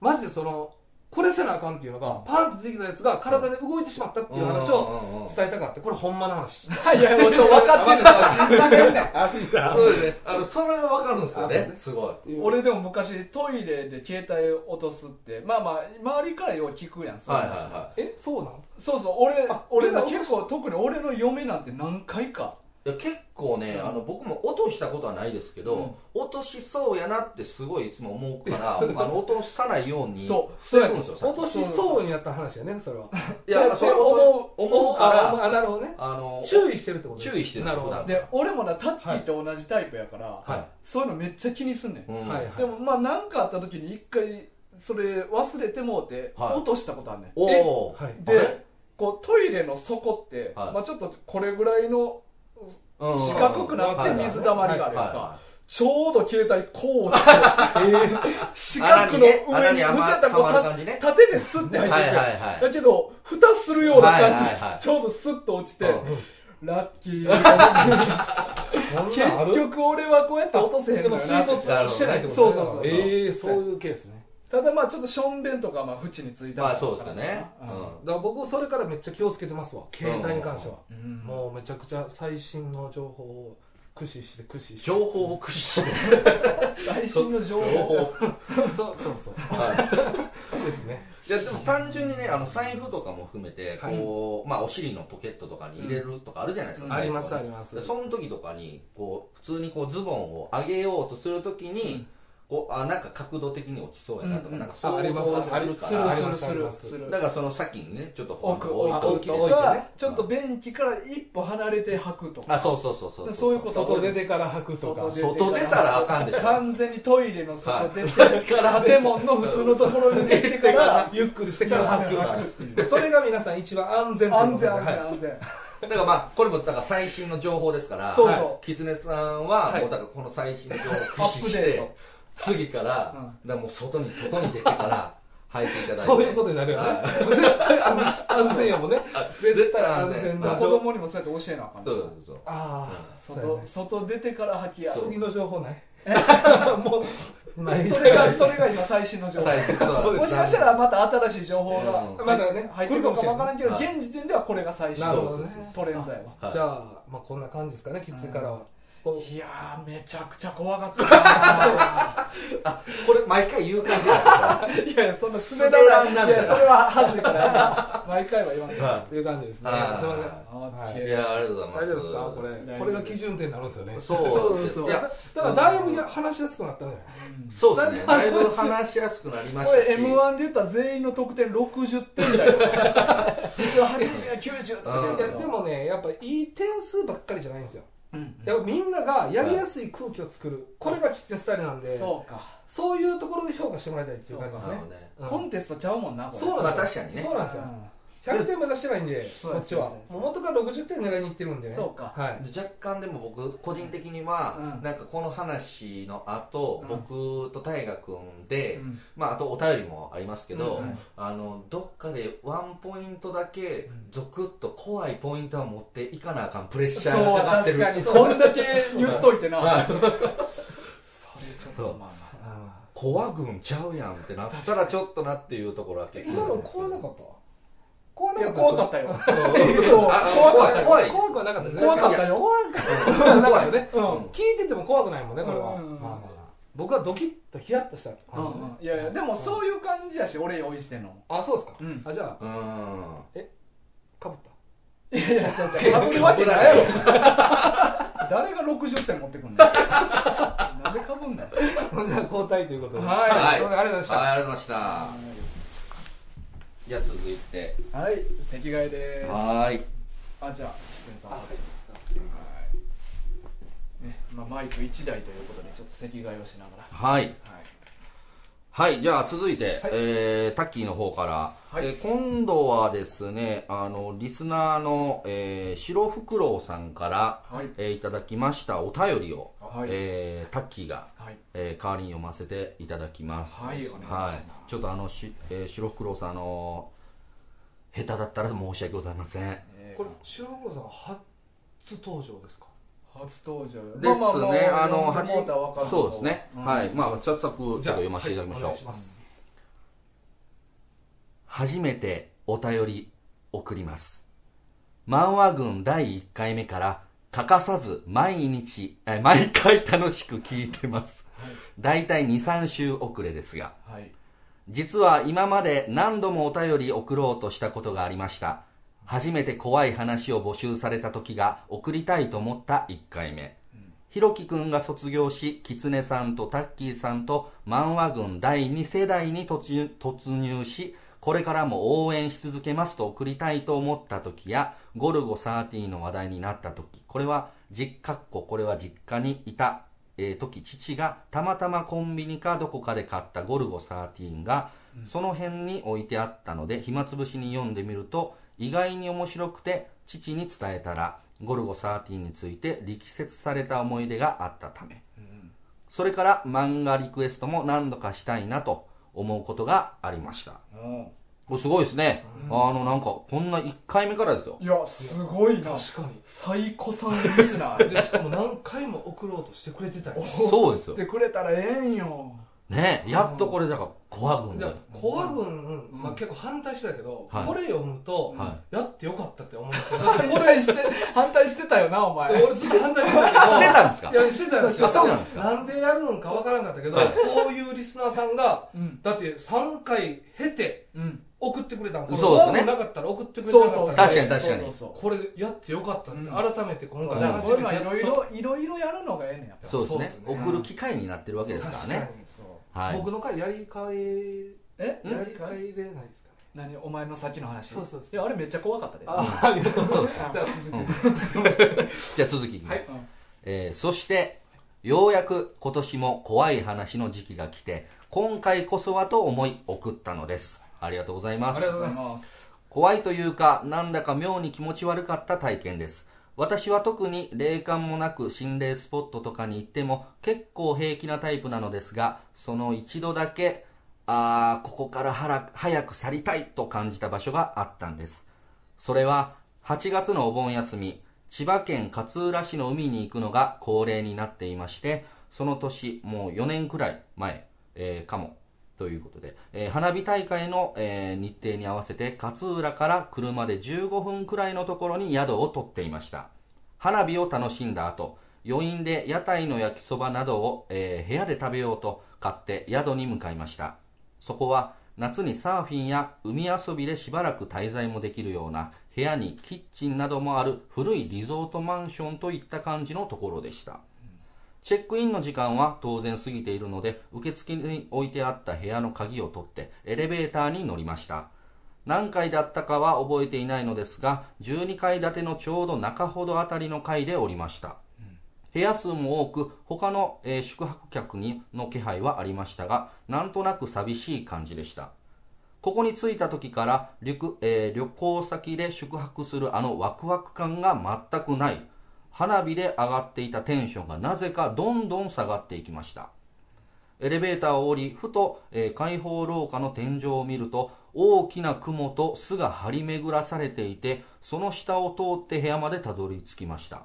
Speaker 2: マジでその、これせなあかんっていうのが、パーンとできたやつが体で動いてしまったっていう話を
Speaker 3: うんうんうんうん
Speaker 2: 伝えたかった。これほんまの 話。
Speaker 1: いやもうそう分かってるから信じられない
Speaker 3: そうですね。あの、それはわかるんですよ
Speaker 2: あそう
Speaker 3: ね
Speaker 2: ね。
Speaker 3: すごい。
Speaker 1: 俺でも昔トイレで携帯を落とすってまあまあ周りからよう聞くやんそういう
Speaker 3: はいはい
Speaker 1: 話
Speaker 3: は
Speaker 2: え、そうなの
Speaker 1: そうそう俺
Speaker 2: あ
Speaker 1: 俺な
Speaker 2: みんな落とし
Speaker 1: 結構特に俺の嫁なんて何回か
Speaker 3: い。いや結構ね、
Speaker 1: うん
Speaker 3: あの、僕も落としたことはないですけど、落としそうやなってすごいいつも思うから、あの、落とさないように
Speaker 1: そう
Speaker 3: 防ぐんですよ、さっ
Speaker 2: 落としそうになった話やね、それは。
Speaker 3: きいや、
Speaker 1: で
Speaker 3: そう
Speaker 1: で思う
Speaker 3: 思うか
Speaker 2: あ
Speaker 3: ら、
Speaker 2: あ、なるほどね。
Speaker 3: あの、
Speaker 2: 注意してるってことね
Speaker 3: 注意してる
Speaker 2: なるほど。
Speaker 3: 普段
Speaker 1: で俺もなタッキーと同じタイプやから、
Speaker 3: は
Speaker 1: そういうのめっちゃ気にすんねん、
Speaker 3: い。うん
Speaker 2: はいはい
Speaker 1: でもまあ何かあった時に一回それ忘れてもうて、
Speaker 3: はい
Speaker 1: 落としたことあんねん
Speaker 3: おお
Speaker 2: はい。
Speaker 3: あ
Speaker 1: で
Speaker 3: れ
Speaker 1: こうトイレの底って、
Speaker 3: はい
Speaker 1: まあ、ちょっとこれぐらいの
Speaker 3: うんうんうん
Speaker 1: 四角くなって水溜まりがあるやんか、
Speaker 3: はいは
Speaker 1: ちょうど携帯こう来て、 四角の上に向けたこう
Speaker 3: 穴にね穴にはまる感じね
Speaker 1: た縦でスッて入
Speaker 3: い
Speaker 1: っ
Speaker 3: は
Speaker 1: て
Speaker 3: い
Speaker 1: いく
Speaker 3: は
Speaker 1: やん
Speaker 3: いはい
Speaker 1: だけど蓋するような感じで、
Speaker 3: はいはいはい
Speaker 1: ちょうどスッと落ちて、
Speaker 3: うん
Speaker 1: ラッキー
Speaker 2: 結
Speaker 1: 結局俺はこうやって落とせへん
Speaker 2: で
Speaker 1: の
Speaker 2: も
Speaker 1: よ
Speaker 2: 水
Speaker 1: な
Speaker 2: 没してないってこと
Speaker 1: そうそうそう
Speaker 2: ええそういうケースね。
Speaker 1: ただまあちょっとしょんべんとかまあ縁についた
Speaker 3: まあそうですよね。
Speaker 2: だから僕それからめっちゃ気をつけてますわ携帯に関しては、
Speaker 1: うん
Speaker 2: もうめちゃくちゃ最新の情報を駆使して駆使して
Speaker 3: 情報を駆使して。
Speaker 1: 最新の情
Speaker 3: 情
Speaker 1: 報
Speaker 3: 報。
Speaker 2: そうそうそう
Speaker 3: はい
Speaker 2: ですね
Speaker 3: いやでも単純にねあの財布とかも含めて
Speaker 2: はい
Speaker 3: こう、まあ、お尻のポケットとかに入れるとかあるじゃないですか、
Speaker 2: あ
Speaker 3: 財
Speaker 2: り
Speaker 3: 布と
Speaker 2: ま
Speaker 3: か
Speaker 2: すあります
Speaker 3: でその時とかにこう普通にこうズボンを上げようとするときに、こうあなんか角度的に落ちそうやなとか、
Speaker 1: うんうん
Speaker 3: なんか
Speaker 2: あ
Speaker 3: 想
Speaker 2: あり
Speaker 3: 像
Speaker 2: ます
Speaker 3: する
Speaker 1: する
Speaker 3: から
Speaker 2: あり
Speaker 1: す
Speaker 2: ま
Speaker 1: る
Speaker 2: す
Speaker 1: す
Speaker 2: あり
Speaker 1: る
Speaker 2: ます
Speaker 1: する
Speaker 3: だからその先にねちょっと本
Speaker 1: 奥
Speaker 3: 当
Speaker 1: 置く
Speaker 3: 置いて
Speaker 1: と
Speaker 3: お
Speaker 2: 置
Speaker 3: い
Speaker 2: い
Speaker 3: て
Speaker 2: て
Speaker 1: か、
Speaker 2: ね
Speaker 1: ちょっと便器から一歩離れて吐くとか
Speaker 3: あそうそうそうそう
Speaker 1: そういうこと
Speaker 2: 外出てから履くとか
Speaker 1: 外出
Speaker 3: 外出たらあかんでしょ
Speaker 1: 完全にトイレの外出て、
Speaker 3: から
Speaker 1: 建物の普通のところに行ってから
Speaker 2: ゆっくりしてから履く
Speaker 3: はい
Speaker 2: でそれが皆さん一番安全という
Speaker 1: 安
Speaker 2: ことで
Speaker 1: 全安
Speaker 2: はい
Speaker 1: 全安全
Speaker 3: だからまあこれもだから最新の情報ですから
Speaker 1: そう
Speaker 3: はい
Speaker 1: そ
Speaker 3: キツネさんは
Speaker 2: はい
Speaker 3: もうだからこの最新の情報を駆使し
Speaker 1: アップデー
Speaker 3: て
Speaker 1: ト
Speaker 3: 次から,、
Speaker 1: うん
Speaker 3: だからもう外に外に出てから履いていただいて
Speaker 2: そういうことになるよね
Speaker 3: は
Speaker 2: 絶対安安全やもんね
Speaker 3: あ
Speaker 2: 絶対安全
Speaker 1: まあ
Speaker 2: な
Speaker 3: は
Speaker 1: 子供にもそうやって教えなあか
Speaker 3: い
Speaker 1: ん
Speaker 3: そ
Speaker 1: な
Speaker 3: うそうそう
Speaker 2: ああ
Speaker 1: 外外出てから吐きや
Speaker 3: そう
Speaker 1: る
Speaker 2: 次の情報ない もうない
Speaker 1: それがそれが今最新の情報
Speaker 3: 最近そう
Speaker 2: そう
Speaker 3: なん
Speaker 2: で
Speaker 1: も
Speaker 3: で
Speaker 1: し
Speaker 3: す
Speaker 2: す
Speaker 1: かしたらまた新しい情報が
Speaker 3: うん
Speaker 2: まだね
Speaker 1: 入ってくるかもわからんけど
Speaker 3: 来るかもしれん
Speaker 1: 現時点ではこれが最新
Speaker 2: なるほど
Speaker 3: そう
Speaker 2: ね
Speaker 3: そう
Speaker 1: トレンドやわ
Speaker 3: はい
Speaker 2: じゃあまあこんな感じですかねキッズからはこう
Speaker 1: いやーめちゃくちゃ怖かった
Speaker 3: これ毎回言う感じなんですか
Speaker 1: ないやいやそんな
Speaker 3: 滑らんなみたいない
Speaker 1: やそれは恥ずいから毎回は言わない
Speaker 3: ら
Speaker 2: という感じですね
Speaker 3: はい
Speaker 2: すいません
Speaker 1: オッケ
Speaker 3: い
Speaker 1: ー
Speaker 3: やありがとうございま
Speaker 2: 大
Speaker 3: す
Speaker 2: 丈夫ですか
Speaker 1: 大丈
Speaker 2: こ
Speaker 1: 夫です
Speaker 2: れこれが基準点になるんですよね
Speaker 3: そうです
Speaker 1: そうそうそう
Speaker 3: いや
Speaker 2: だからだいぶや話しやすくなったね
Speaker 1: うん
Speaker 3: そうですねだいぶ話しやすくなりまし
Speaker 1: こ
Speaker 3: たし
Speaker 1: れ m 1で言ったら全員の得点60点 台よ一応80や90とか
Speaker 3: うん
Speaker 2: いやでもねやっぱいい点数ばっかりじゃないんですよ
Speaker 1: うん
Speaker 2: やっぱみんながやりやすい空気を作るこれがキッズやスタイルなんで
Speaker 1: そうか
Speaker 2: そういうところで評価してもらいたいっていう感じで
Speaker 3: な
Speaker 2: す
Speaker 3: る
Speaker 2: ね
Speaker 3: ほどね
Speaker 2: うん
Speaker 1: コンテストちゃうもんなこれ
Speaker 2: そうなんですよ
Speaker 3: まあ確かにね
Speaker 2: そうなんですよ100点目指してないんで
Speaker 1: そう
Speaker 2: こ
Speaker 1: で
Speaker 2: っ
Speaker 1: す
Speaker 2: ちは
Speaker 1: そうです
Speaker 2: もう元から60点狙いにいってるんでね
Speaker 1: そうか
Speaker 2: はい
Speaker 3: 若干でも僕個人的には、
Speaker 1: うん
Speaker 3: なんかこの話の後、
Speaker 1: うん
Speaker 3: 僕と大河君で、
Speaker 1: うんうん
Speaker 3: まあ、あとお便りもありますけど、
Speaker 1: うんはい
Speaker 3: あのどっかでワンポイントだけゾクッと怖いポイントは持っていかなあかんプレッシ
Speaker 1: そ
Speaker 3: ャーが
Speaker 1: う
Speaker 3: かかってる
Speaker 1: 確かにこんだけ言っといてな
Speaker 3: はい
Speaker 1: それちょっとまあまあ
Speaker 2: あ
Speaker 3: 怖ぐんちゃうやんってなったらちょっとなっていうところは
Speaker 2: ー
Speaker 3: 結構
Speaker 2: 今の怖なかった怖
Speaker 1: い
Speaker 2: なか
Speaker 1: や
Speaker 2: った
Speaker 1: 怖か
Speaker 2: っ
Speaker 1: ったよ
Speaker 3: そうあ
Speaker 1: 怖かっ
Speaker 3: 怖
Speaker 1: た
Speaker 3: い
Speaker 1: よ
Speaker 3: 怖い
Speaker 2: 怖くはなかったですね
Speaker 1: 怖かったよ
Speaker 2: 怖くはなかったね
Speaker 1: うん
Speaker 3: 怖い
Speaker 2: 聞いてても怖くないもんねこれ
Speaker 1: う
Speaker 2: はま
Speaker 1: ん
Speaker 2: あまあまあ僕はドキッとヒヤッとした感じね
Speaker 1: うんいやいやでもそういう感じやし俺用意してんのも
Speaker 2: あそうですか
Speaker 1: うん
Speaker 2: あじゃあ
Speaker 3: うんうん
Speaker 2: かぶった
Speaker 1: いやいやちゃうちゃう被るわけないやろ 誰が60点持ってくんの なんでかぶんな
Speaker 2: じゃあ交代ということで。
Speaker 1: はい
Speaker 2: すいませんありがとうございました。
Speaker 3: はいありがとうございましたじゃあ続いて
Speaker 1: はい席替えです
Speaker 3: はーい
Speaker 1: あじゃあ前座お座りはいねまあ、マイク1台ということでちょっと席替えをしながら
Speaker 3: はい
Speaker 1: はい
Speaker 3: はい、じゃあ続いて、えータッキーの方から、
Speaker 1: はい
Speaker 3: えー今度はですね、あの、リスナーの、えー、白フクロウさんから、
Speaker 1: はい
Speaker 3: えーいただきましたお便りを、
Speaker 1: はい
Speaker 3: えータッキーが、
Speaker 1: はい
Speaker 3: えー代わりに読ませていただきます。
Speaker 1: はいお願いします
Speaker 3: はいちょっとあの、しえー白フクロウさん、あの下手だったら申し訳ございません。
Speaker 1: えー
Speaker 2: これ、白黒さん初登場ですか
Speaker 1: 初登場
Speaker 3: ですね、
Speaker 1: ままま
Speaker 3: あの、
Speaker 1: 読んでもうたらわかる
Speaker 3: そうですね、
Speaker 1: うん
Speaker 3: はい。まあ、早速、ちょっと読ませていただきましょ
Speaker 2: はいお
Speaker 3: う。
Speaker 2: 願いします。
Speaker 3: 初めてお便り送ります。漫画軍第1回目から欠かさず毎日、え毎回楽しく聞いてます。だいたい2、3週遅れですが、
Speaker 1: はい
Speaker 3: 実は今まで何度もお便り送ろうとしたことがありました。初めて怖い話を募集された時が送りたいと思った1回目。ひろきくんが卒業し、きつねさんとタッキーさんと漫画軍第2世代に突入突入し、これからも応援し続けますと送りたいと思った時や、ゴルゴ13の話題になった時、これは実家っ子、これは実家にいた、えー時、父がたまたまコンビニかどこかで買ったゴルゴ13が、その辺に置いてあったので、暇つぶしに読んでみると、意外に面白くて、父に伝えたら、ゴルゴ13について力説された思い出があったため、それから漫画リクエストも何度かしたいなと思うことがありました。
Speaker 1: うん
Speaker 3: これすごいですね。あの、なんか、こんな1回目からですよ。
Speaker 1: いやすごいな
Speaker 2: 確か
Speaker 1: 最古さんリスナー
Speaker 2: に。で、しかも何回も送ろうとしてくれてたよ。
Speaker 3: そうです
Speaker 1: やっ
Speaker 3: よ。
Speaker 1: てくれたらええんよ
Speaker 3: ねやっとこれだから、怖くん
Speaker 2: で
Speaker 3: だよ。
Speaker 2: コア軍、まあ結構反対してたけど、
Speaker 3: はい
Speaker 2: これ読むと、
Speaker 3: は
Speaker 2: やってよかったって思うんですよ。
Speaker 1: 反対して反対してたよなお前
Speaker 2: 俺ずっと反対してたけど。
Speaker 3: してたんですか
Speaker 2: いや、してたんですよ。
Speaker 3: あそうなんですか
Speaker 2: なんでやるんかわからんかったけど、こういうリスナーさんが、
Speaker 1: うん
Speaker 2: だって3回経て
Speaker 1: うん
Speaker 2: 送ってくれたん
Speaker 3: そうですね
Speaker 2: なかったら送ってくれな
Speaker 1: そ
Speaker 2: か
Speaker 1: う
Speaker 2: った
Speaker 1: そ
Speaker 2: ら
Speaker 1: うそう
Speaker 3: 確かに確か
Speaker 1: そ
Speaker 3: に
Speaker 1: うそうそう
Speaker 2: これやってよかったって、
Speaker 1: うん
Speaker 2: 改めて今
Speaker 1: そう
Speaker 2: 回
Speaker 1: だからこ
Speaker 2: 初
Speaker 1: う
Speaker 2: めて
Speaker 1: いうのい
Speaker 2: やっ
Speaker 1: ろ
Speaker 2: と
Speaker 1: いろいろいろやるのがええねんやっぱ
Speaker 3: そうですね
Speaker 2: そうですね
Speaker 3: 送る機会になってるわけですからね。
Speaker 2: そう
Speaker 3: はい。
Speaker 2: 僕の回やり替え
Speaker 1: え
Speaker 2: やり替えれないですかね
Speaker 1: 何お前の先の話
Speaker 2: そうそうそ
Speaker 1: い
Speaker 2: う
Speaker 1: やあれめっちゃ怖かったで
Speaker 2: ああありがとうございます
Speaker 1: うん
Speaker 2: じゃあ続き
Speaker 3: じゃあ続きいきます。
Speaker 1: うん
Speaker 3: えーそして、ようやく今年も怖い話の時期が来て、今回こそはと思い送ったのです。ありがとうございます。
Speaker 2: ありがとうござ
Speaker 1: あ
Speaker 2: い
Speaker 1: りがとうございま
Speaker 2: ます
Speaker 3: 怖いというか、なんだか妙に気持ち悪かった体験です。私は特に霊感もなく心霊スポットとかに行っても結構平気なタイプなのですが、その一度だけ、ああ、ここからはら早く去りたいと感じた場所があったんです。それは8月のお盆休み、千葉県勝浦市の海に行くのが恒例になっていまして、その年、もう4年くらい前、えーかも、ということで、えー花火大会の、えー日程に合わせて勝浦から車で15分くらいのところに宿を取っていました。花火を楽しんだ後、余韻で屋台の焼きそばなどを、えー部屋で食べようと買って宿に向かいました。そこは夏にサーフィンや海遊びでしばらく滞在もできるような部屋にキッチンなどもある古いリゾートマンションといった感じのところでした。チェックインの時間は当然過ぎているので、受付に置いてあった部屋の鍵を取ってエレベーターに乗りました。何階だったかは覚えていないのですが、12階建てのちょうど中ほどあたりの階でおりました。部屋数も多く、他の、えー宿泊客にの気配はありましたが、なんとなく寂しい感じでした。ここに着いた時から旅く、えー旅行先で宿泊するあのワクワク感が全くない。花火で上がっていたテンションがなぜかどんどん下がっていきました。エレベーターを降り、ふと、えー開放廊下の天井を見ると、大きな雲と巣が張り巡らされていて、その下を通って部屋までたどり着きました。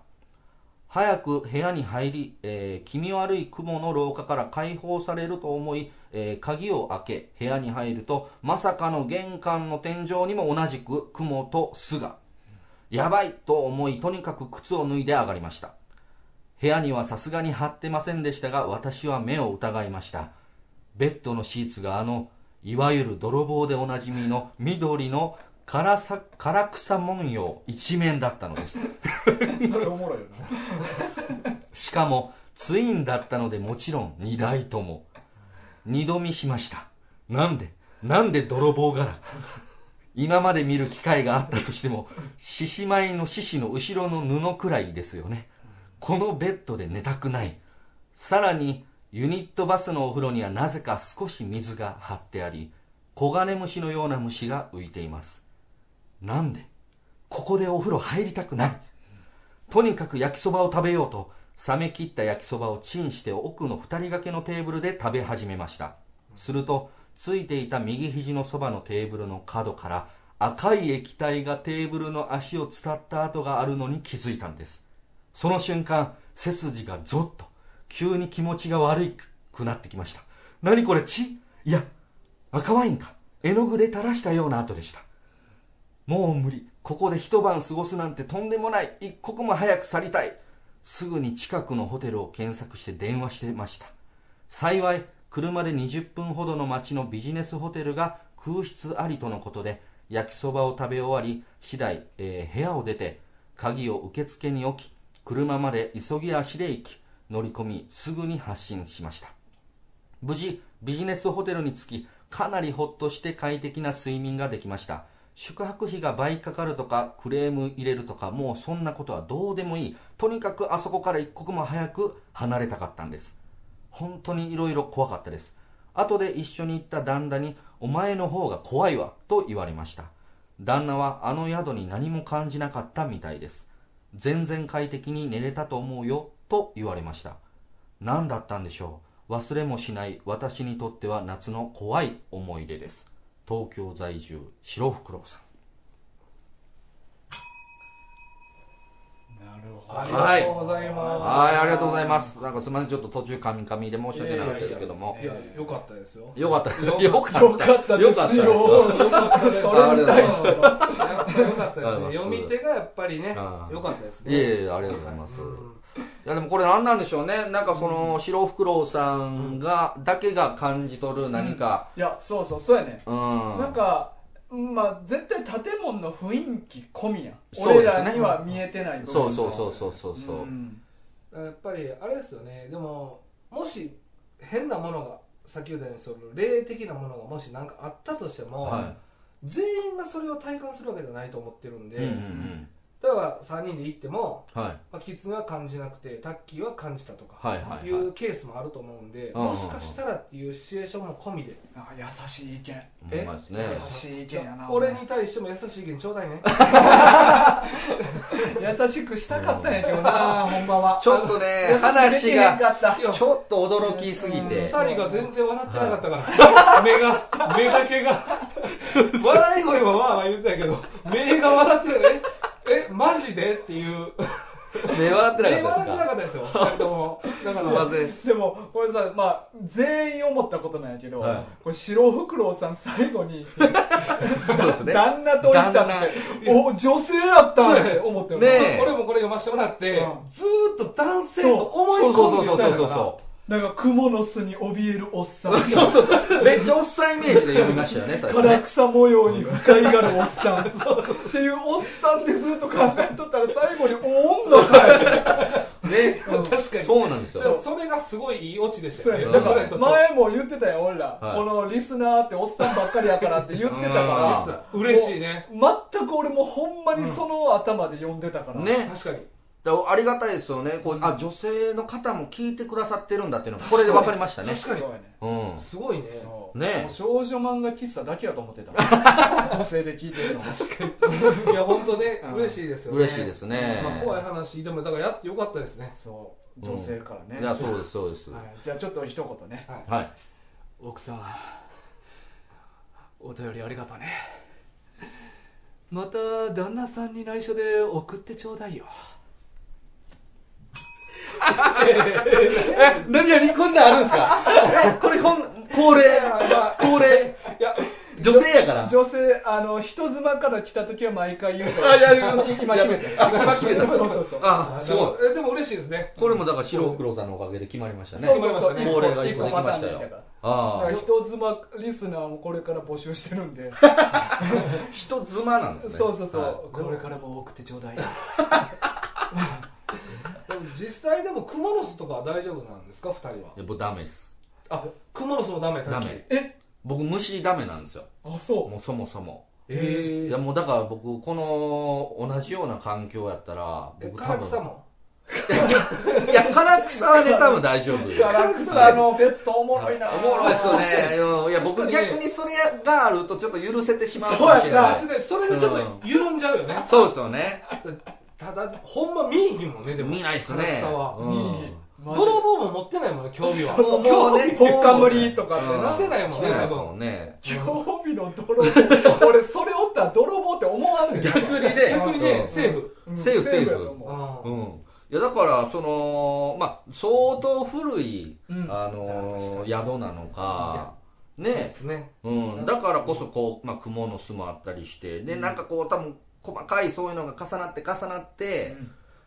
Speaker 3: 早く部屋に入り、えー気味悪い雲の廊下から解放されると思い、えー鍵を開け部屋に入るとまさかの玄関の天井にも同じく雲と巣がやばいと思いとにかく靴を脱いで上がりました部屋にはさすがに張ってませんでしたが私は目を疑いましたベッドのシーツがあのいわゆる泥棒でおなじみの緑の唐さ唐草文様一面だったのです
Speaker 1: それおもろいよな
Speaker 3: しかもツインだったのでもちろん2台とも二度見しましたなんでなんで泥棒柄今まで見る機会があったとしても獅子舞の獅子の後ろの布くらいですよねこのベッドで寝たくないさらにユニットバスのお風呂にはなぜか少し水が張ってあり黄金虫のような虫が浮いていますなんでここでお風呂入りたくないとにかく焼きそばを食べようと冷め切った焼きそばをチンして奥の二人掛けのテーブルで食べ始めましたするとついていた右肘のそばのテーブルの角から赤い液体がテーブルの足を伝った跡があるのに気づいたんですその瞬間背筋がゾッと急に気持ちが悪くなってきました何これ血いや赤ワインか絵の具で垂らしたような跡でしたもう無理。ここで一晩過ごすなんてとんでもない。一刻も早く去りたい。すぐに近くのホテルを検索して電話してました。幸い、車で20分ほどの町のビジネスホテルが空室ありとのことで、焼きそばを食べ終わり、次第、えー部屋を出て、鍵を受付に置き、車まで急ぎ足で行き、乗り込み、すぐに発進しました。無事ビジネスホテルに着きかなりほっとして快適な睡眠ができました宿泊費が倍かかるとかクレーム入れるとかもうそんなことはどうでもいいとにかくあそこから一刻も早く離れたかったんです本当に色々怖かったです後で一緒に行った旦那に「お前の方が怖いわ」と言われました旦那はあの宿に何も感じなかったみたいです全然快適に寝れたと思うよと言われました何だったんでしょう忘れもしない私にとっては夏の怖い思い出です東京在住白福郎さん
Speaker 1: なるほ
Speaker 2: あり
Speaker 1: ど
Speaker 3: はい
Speaker 2: がとうございます、
Speaker 3: はいありがとうございますなんかすみませんちょっと途中カミカミで申し訳なかったですけども
Speaker 2: いやよかったですよ
Speaker 3: よかった
Speaker 2: よ
Speaker 3: よか
Speaker 1: よ
Speaker 3: った
Speaker 1: かったですよ
Speaker 3: よかったですよ
Speaker 1: よかったです
Speaker 3: あ
Speaker 1: それに対しては
Speaker 2: やっぱ良かったで
Speaker 3: ありがとうござ
Speaker 2: すね
Speaker 3: います
Speaker 2: 読み手がやっぱりね
Speaker 3: あー
Speaker 2: 良かったですね
Speaker 3: いえいえありがとうございますいやでもこれ何なんでしょうねなんかその白福郎さんがだけが感じ取る何か
Speaker 1: いやそうそうそうやね
Speaker 3: うん
Speaker 1: なんかまあ絶対建物の雰囲気込みやん
Speaker 3: そう
Speaker 1: 俺
Speaker 3: ですね
Speaker 1: らには見えてない部分が
Speaker 3: そうそうそうそうそうそう
Speaker 1: うん
Speaker 2: やっぱりあれですよねでももし変なものがさっき言ったようにその霊的なものがもし何かあったとしても、
Speaker 3: は
Speaker 2: 全員がそれを体感するわけじゃないと思ってるん
Speaker 3: い
Speaker 2: で、
Speaker 3: うんうんうん
Speaker 2: だかららは3人で行っても、
Speaker 3: はい
Speaker 2: まあ、キツネは感じなくてタッキーは感じたとか
Speaker 3: はいはいはい
Speaker 2: いうケースもあると思うんで、
Speaker 3: うんうんうん
Speaker 2: もしかしたらっていうシチュエーションも込みで
Speaker 1: あ優しい意見
Speaker 2: え
Speaker 3: ほんまですね
Speaker 1: 優しい意見やな
Speaker 2: 俺に対しても優しい意見ちょうだいね
Speaker 1: 優しくしたかったんやけど な本場は
Speaker 3: ちょっとね
Speaker 1: 優しくでき
Speaker 3: 話
Speaker 1: へん
Speaker 3: が
Speaker 1: かった
Speaker 2: いや
Speaker 3: ちょっと驚きすぎ
Speaker 2: 2
Speaker 3: て
Speaker 2: 人が全然笑ってなかったから、目が目だけが笑い声はまあまあ言ってたけど目が笑ってたねえマジでっていう
Speaker 3: 目笑ってな
Speaker 2: 目
Speaker 3: か
Speaker 2: 笑っ
Speaker 3: った
Speaker 2: てな
Speaker 3: ですか
Speaker 2: かったですよ二人ともだから
Speaker 3: すいません
Speaker 1: でもこれさまあ全員思ったことなんやけど、
Speaker 3: はい
Speaker 1: これ白フクロウさん最後に
Speaker 3: そうですね
Speaker 1: 旦那と言ったってお女性やったんやって思ってる
Speaker 3: ねえ
Speaker 2: そう俺もこれ読ませてもらって、
Speaker 1: うん
Speaker 2: ずーっと男性と思い
Speaker 3: そうそ
Speaker 2: 込
Speaker 3: うん
Speaker 2: で
Speaker 3: そ
Speaker 2: 言っ
Speaker 3: う
Speaker 2: たんや
Speaker 3: そうそう
Speaker 2: か
Speaker 3: そ
Speaker 1: だからクモの巣に怯えるおっ さん
Speaker 3: うそうそうそうめっちゃおっさんイメージで読みましたよね最
Speaker 1: 唐
Speaker 3: 初ね
Speaker 1: 草模様に深いがるおっさんっていうおっさんでずっと考えとったら最後に「おんのかい!
Speaker 3: ね
Speaker 2: ら確かに
Speaker 3: そうなんです
Speaker 2: だから
Speaker 3: よ
Speaker 2: それがすごいいいオチで」し
Speaker 1: そ
Speaker 2: た
Speaker 1: うや
Speaker 2: よ
Speaker 1: ね
Speaker 2: ね
Speaker 1: だか
Speaker 3: だから
Speaker 2: 俺と
Speaker 1: 前も言ってたよ俺ら、
Speaker 3: はい
Speaker 1: このリスナーっておっさんばっかりやからって言ってた
Speaker 3: うん
Speaker 1: か
Speaker 2: 嬉しいね
Speaker 1: ら全く俺もほんまにその頭で呼んでたから、
Speaker 3: ね
Speaker 2: 確かに
Speaker 3: だからありがたいですよねこうあ女性の方も聞いてくださってるんだっていうのがこれで分かりましたね
Speaker 2: 確かに
Speaker 1: そうやね
Speaker 3: うん
Speaker 2: すごいね
Speaker 1: そう
Speaker 3: ねえ
Speaker 1: もう少女漫画喫茶だけやと思ってた女性で聞いてるの確かに
Speaker 2: いや本当ね
Speaker 1: うん
Speaker 2: 嬉しいですよね
Speaker 3: 嬉しいですね
Speaker 2: まあ、怖い話でもだからやってよかったですね
Speaker 1: そう女性からね、
Speaker 3: いやそうですそうですは
Speaker 1: はいじゃあちょっと一言ね
Speaker 2: はい
Speaker 3: い
Speaker 1: 奥さんお便りありがとねまた旦那さんに内緒で送ってちょうだいよえ何何こんなんあるんですかえこれこん恒例恒例
Speaker 2: いや
Speaker 3: 女性やから
Speaker 1: 女性あの人妻から来た時は毎回言う から
Speaker 3: あいやいや
Speaker 1: 今決めて
Speaker 3: あ今決めた
Speaker 1: そうそうそう
Speaker 3: あすごい
Speaker 2: いでも嬉しいですね
Speaker 3: これもだから白黒さんのおかげで決まりましたね
Speaker 1: そうそうそう
Speaker 2: ね
Speaker 1: 一個
Speaker 3: 恒例が一個
Speaker 1: 一個パターンで
Speaker 3: できましたよ
Speaker 1: きたからだ
Speaker 3: あ
Speaker 1: から
Speaker 3: あ
Speaker 1: 人妻リスナーもこれから募集してるんで
Speaker 3: 人妻なんですね
Speaker 1: そうそうそう、
Speaker 3: はい
Speaker 1: これからも送ってちょうだい
Speaker 2: でも実際でもクモの巣とかは大丈夫なんですか二人はい
Speaker 3: や僕ダメです
Speaker 2: あクモの巣もダメ
Speaker 3: ダ
Speaker 2: タッキー
Speaker 3: メ
Speaker 1: え
Speaker 3: 僕虫ダメなんですよ
Speaker 1: あそ
Speaker 3: もうそもそも
Speaker 2: え
Speaker 3: い
Speaker 2: え
Speaker 3: やもうだから僕この同じような環境やったら
Speaker 2: え
Speaker 3: 僕
Speaker 2: 唐草も
Speaker 3: いや唐草はね多分大 丈夫
Speaker 1: うガラクサのベッドおもろいな
Speaker 3: おもろいっすよねいや
Speaker 2: 確か
Speaker 3: 僕
Speaker 2: に
Speaker 3: 逆にそれがあるとちょっと許せてしまうか
Speaker 1: そうや
Speaker 3: も
Speaker 1: な
Speaker 3: しれない
Speaker 2: あそれでそれでちょっと緩んじゃうよね
Speaker 3: そうですよね
Speaker 2: ただほんま見えひんもんねでも
Speaker 3: 見ないっす
Speaker 2: 唐
Speaker 3: ね
Speaker 2: 草は
Speaker 3: うん
Speaker 1: いい
Speaker 2: 泥棒も持ってないもんね興味は
Speaker 3: そう
Speaker 2: 興
Speaker 3: もうね
Speaker 1: ほっかむりとかって
Speaker 3: うん
Speaker 1: な
Speaker 2: してないもんね
Speaker 3: してないっすもんね
Speaker 1: 興味の泥棒俺それおったら泥棒って思わんねん
Speaker 3: 逆にね
Speaker 2: 逆にね
Speaker 3: うん
Speaker 2: セーフ
Speaker 1: うん
Speaker 3: セーフセーフ
Speaker 1: やと思
Speaker 2: あ
Speaker 3: うんいやだからそのまあ相当古い、
Speaker 1: うん
Speaker 3: あのー宿なのか
Speaker 2: ーそうで
Speaker 3: ね
Speaker 2: すね
Speaker 3: うん、だからこそこう、まあ、蜘蛛の巣もあったりしてで、なんかこう多分細かいそういうのが重なって重なって、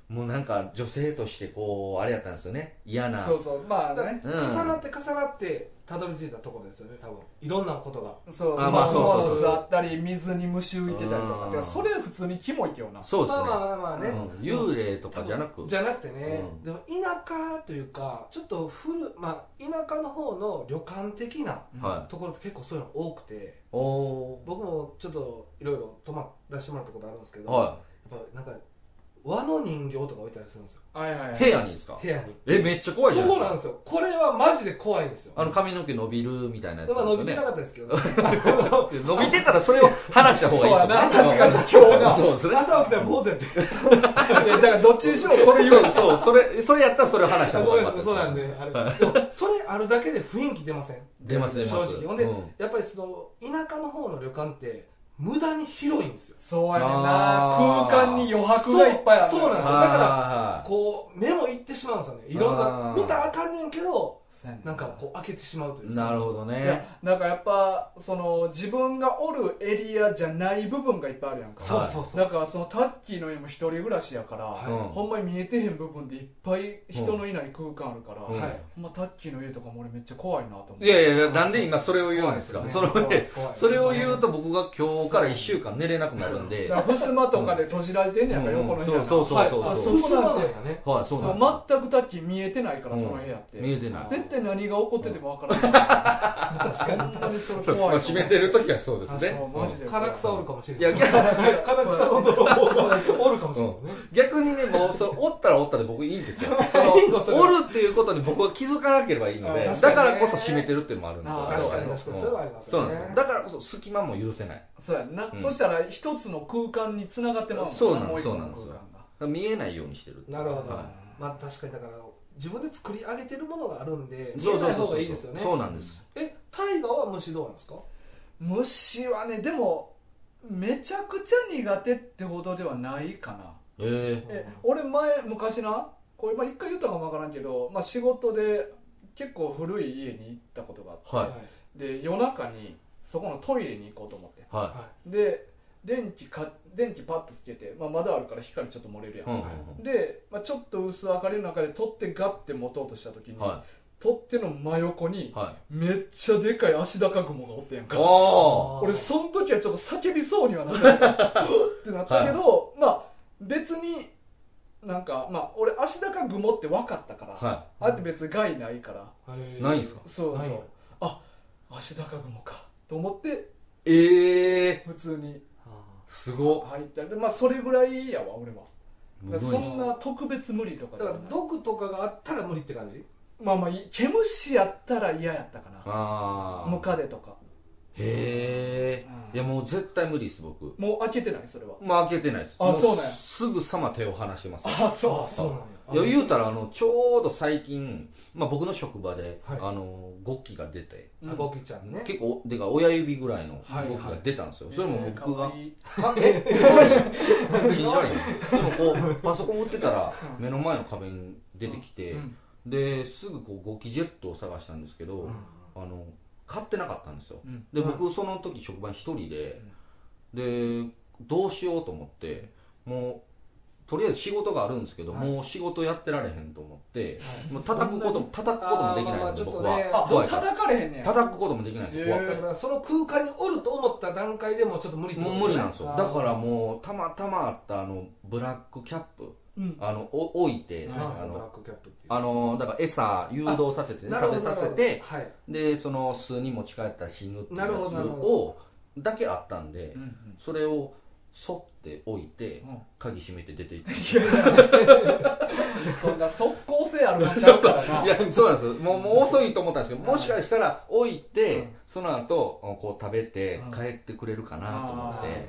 Speaker 3: もうなんか女性としてこうあれやったんですよね嫌
Speaker 1: う
Speaker 3: な
Speaker 1: そうそうまあ
Speaker 2: だから
Speaker 1: ね
Speaker 3: うん
Speaker 2: 重なって重なってたどり着いたところですよね多分いろんなことが
Speaker 1: そう
Speaker 3: あ
Speaker 1: ま
Speaker 3: ま
Speaker 1: あ
Speaker 3: あそうそうそう
Speaker 1: モスあったり水に虫浮いてたりと
Speaker 3: う
Speaker 1: か
Speaker 3: ん
Speaker 1: でそれ普通にキモいけどな
Speaker 3: そうで
Speaker 2: ますあ
Speaker 3: ね、
Speaker 2: まあまあまあね、
Speaker 3: うん幽霊とかじゃなく
Speaker 2: じゃなくてね、
Speaker 3: うん
Speaker 2: でも田舎というかちょっと古、まあ、田舎の方の旅館的な
Speaker 3: は
Speaker 2: ところって結構そういうの多くて
Speaker 3: いお
Speaker 2: 僕もちょっといろいろ泊まらせてもらったことあるんですけど、
Speaker 3: は
Speaker 2: やっぱなんか和の人形とか置いてたりするんですよ
Speaker 1: はいはい
Speaker 3: い部屋にですか
Speaker 2: 部屋に
Speaker 3: えめっちゃ怖いじゃない
Speaker 2: そ
Speaker 3: で
Speaker 2: うなん
Speaker 3: すか
Speaker 2: ですよこれはマジで怖いんですよ
Speaker 3: あの髪の毛伸びるみたいなやつ
Speaker 2: で
Speaker 3: です
Speaker 2: も
Speaker 3: よ
Speaker 2: 伸びて
Speaker 3: ね
Speaker 2: なかったですけど、ね、
Speaker 3: 伸びてたらそれを話した方がいい
Speaker 1: そう
Speaker 3: ですよね
Speaker 1: やな確かに
Speaker 3: そうですね
Speaker 2: 朝起きたら坊主やって
Speaker 1: いやだからどっちにしろそれ言う
Speaker 3: そうそうそれそれやったらそれを話した方
Speaker 2: ごめ
Speaker 3: がい
Speaker 2: ん
Speaker 3: い
Speaker 2: なさいそうなんであれでもそれあるだけで雰囲気出ません
Speaker 3: 出ます出ま
Speaker 2: 正
Speaker 3: す
Speaker 2: 直ほんで、
Speaker 3: うん
Speaker 2: やっぱりその田舎の方の旅館って無駄に広いんですよ
Speaker 1: そうやねんな
Speaker 3: あー
Speaker 1: 空間に余白がいっぱいある
Speaker 2: そうそうなんですよだから
Speaker 3: あ
Speaker 2: こう目もいってしまうんですよねいろんな
Speaker 3: あー
Speaker 2: 見たらあかんねんけど
Speaker 1: そうやね
Speaker 2: なんかこう開けてしまうという
Speaker 3: ーなるほど
Speaker 1: い
Speaker 3: ね
Speaker 1: やなんかやっぱその自分がおるエリアじゃない部分がいっぱいあるやんか
Speaker 2: そうそうそう
Speaker 1: だからそのタッキーの家も一人暮らしやから、
Speaker 2: はい
Speaker 3: うん
Speaker 1: ほんまに見えてへん部分でいっぱい人のいない空間あるから、ほ
Speaker 3: うん
Speaker 1: んまタッキーの家とかも俺めっちゃ怖いなと思って
Speaker 3: いやいやいやなんで今それを言うんですか
Speaker 2: 怖いですよ
Speaker 3: それ
Speaker 2: ね
Speaker 3: をね
Speaker 2: 怖い
Speaker 3: それを言うと僕が今日から1週間寝れなくなるんで
Speaker 1: だから襖とかで閉じられてんねやんか、
Speaker 3: うんうん
Speaker 1: 横の部屋が
Speaker 3: そうそうそう
Speaker 1: あ
Speaker 2: あ
Speaker 1: そ
Speaker 2: そうう
Speaker 1: そう
Speaker 2: そう
Speaker 1: な
Speaker 2: なん
Speaker 1: だ
Speaker 2: んだ
Speaker 1: よ
Speaker 2: よね
Speaker 3: はいそうなんです
Speaker 1: 全くタッキー見えてないから、
Speaker 3: うん
Speaker 1: その部屋って
Speaker 3: 見えてない
Speaker 1: 絶絶対何が起こっててもわ からない。
Speaker 2: 確かに
Speaker 1: 本当にそれ
Speaker 3: そう
Speaker 1: 怖い。
Speaker 3: まあ、閉めてる時はそうですね
Speaker 1: そうマジで。
Speaker 2: 唐草おるかもしれ
Speaker 3: いや
Speaker 2: ない唐草の泥棒がおるかもしれないね
Speaker 3: 逆にねもうそれ折ったら折ったで僕いい んですよそ
Speaker 2: いいのそれ
Speaker 3: の折るっていうことに僕は気づかなければいいので
Speaker 2: あ確か
Speaker 3: だ
Speaker 2: にね
Speaker 3: からこそ締めてるっていうのもあるんですよ
Speaker 1: あ
Speaker 2: 確かに確かにそれはありますよね
Speaker 3: そうなんですよだからこそ隙間も許せないだか
Speaker 1: そうやんな、
Speaker 3: うん
Speaker 1: そしたら一つの空間に繋がってます
Speaker 3: そうなん
Speaker 1: も一個
Speaker 3: そう
Speaker 1: の
Speaker 3: なんですよ
Speaker 1: 空間が
Speaker 3: ら見えないようにしてるっていう
Speaker 2: なるほど、
Speaker 3: は
Speaker 2: まあ確かにだから自分で作り上げてるものがあるんで
Speaker 3: い
Speaker 2: 見
Speaker 3: そう
Speaker 2: え
Speaker 3: そ
Speaker 2: な
Speaker 3: う
Speaker 2: い
Speaker 3: そう
Speaker 2: 方
Speaker 3: そ
Speaker 2: が
Speaker 3: う
Speaker 2: いいですよね
Speaker 3: そうなんです
Speaker 2: え大河は虫どうなんですか
Speaker 1: 虫はねでもめちゃくちゃ苦手ってほどではないかな、
Speaker 3: ええ
Speaker 1: え俺前昔なこれまあ一回言ったかもわからんけど、まあ、仕事で結構古い家に行ったことがあっ
Speaker 3: はい
Speaker 1: てで夜中にそこのトイレに行こうと思って
Speaker 3: はい
Speaker 2: は
Speaker 1: で電気か電気パッとつけて、まあ、窓あるから光ちょっと漏れるやん、
Speaker 3: うんうん
Speaker 1: で、まあ、ちょっと薄明かりの中で取ってガッて持とうとした時に、
Speaker 3: うんは
Speaker 1: 取っ手の真横に
Speaker 3: いはい
Speaker 1: めっちゃでかい足高雲がおってやんか
Speaker 3: おー
Speaker 1: 俺その時はちょっと叫びそうにはなった ってなったけど、まあ別になんかまあ俺足高雲って分かったから、
Speaker 3: は
Speaker 1: あれって別に害ないから
Speaker 2: い
Speaker 3: ないんすか
Speaker 1: そう
Speaker 2: ない
Speaker 1: そう
Speaker 2: んや
Speaker 1: あ足高雲かと思って
Speaker 3: いええ
Speaker 1: 普通に
Speaker 3: すご
Speaker 1: 入ったでまあそれぐらいやわ俺はだ
Speaker 3: っ
Speaker 1: からそんな特別無理とか
Speaker 2: だ
Speaker 1: で
Speaker 2: か
Speaker 1: は
Speaker 2: ら
Speaker 1: ない
Speaker 2: 毒とかがあったら無理って感じ
Speaker 1: まあまあい毛虫やったら嫌やったかな
Speaker 3: ああ
Speaker 1: ムカデとか
Speaker 3: へえ
Speaker 1: うん
Speaker 3: いやもう絶対無理です僕
Speaker 1: もう開けてないそれは
Speaker 3: まあ開けてないです
Speaker 1: あ
Speaker 3: も
Speaker 1: そうなんや
Speaker 3: すぐさま手を離します
Speaker 1: あそう
Speaker 2: あそうなんや
Speaker 3: いや言うたらあのちょうど最近、まあ、僕の職場で、
Speaker 2: はい
Speaker 3: あのゴキが出て
Speaker 1: うん
Speaker 2: あゴキちゃんね
Speaker 3: 結構でか親指ぐらいの
Speaker 2: はい
Speaker 3: ゴキが出たんですよ、それも僕が
Speaker 1: えー可愛い
Speaker 3: かえ信じられへんでもこうパソコン打ってたら目の前の壁に出てきて、
Speaker 1: うん
Speaker 3: ですぐこうゴキジェットを探したんですけど、あの買ってなかったんですよ
Speaker 1: うん
Speaker 3: で
Speaker 2: うん
Speaker 3: 僕その時職場に一人で、でどうしようと思ってもうとりあえず仕事があるんですけど、
Speaker 2: はい
Speaker 3: もう仕事やってられへんと 思って、
Speaker 2: はい
Speaker 3: もう叩くことも叩くこともできない
Speaker 2: あーまあまあ
Speaker 3: の
Speaker 2: ちょ
Speaker 3: で
Speaker 2: っと
Speaker 3: 僕
Speaker 2: ね
Speaker 3: は、
Speaker 1: あ
Speaker 3: 怖いから
Speaker 1: 叩かれへんねや
Speaker 3: 叩くこともできないんですよ怖く
Speaker 2: だ
Speaker 3: て
Speaker 2: からその空間におると思った段階でもうちょっと無理ってこ
Speaker 3: も
Speaker 2: と
Speaker 3: う
Speaker 2: ね
Speaker 3: 無理なんですよ
Speaker 2: あー
Speaker 3: だからもうたまたまあったあのブラックキャップ
Speaker 1: うん
Speaker 3: あのお置いて、
Speaker 2: なんす
Speaker 3: あ
Speaker 2: かブラ
Speaker 3: の
Speaker 2: ックキャップっていう
Speaker 3: あのだから餌誘導させて、ね、
Speaker 2: なるほ
Speaker 3: 食べ
Speaker 2: どな
Speaker 3: さ
Speaker 2: るほ
Speaker 3: せ
Speaker 2: ど
Speaker 3: て
Speaker 2: はい
Speaker 3: でその巣に持ち帰ったら死ぬっていうや
Speaker 2: なるほど
Speaker 3: つ
Speaker 2: なるほ
Speaker 3: をだけあったんで、
Speaker 1: うん
Speaker 3: それをそって置いて、
Speaker 1: うん
Speaker 3: 鍵閉めて出ていって
Speaker 1: いやいやそんな即効性あるもんちゃうからない
Speaker 3: やそうなんですよもうもう遅いと思ったんですけどもしかしたら置いて、
Speaker 1: うん
Speaker 3: その後こう食べて
Speaker 1: うん
Speaker 3: 帰ってくれるかなと思っ
Speaker 1: あ
Speaker 3: て、
Speaker 1: ー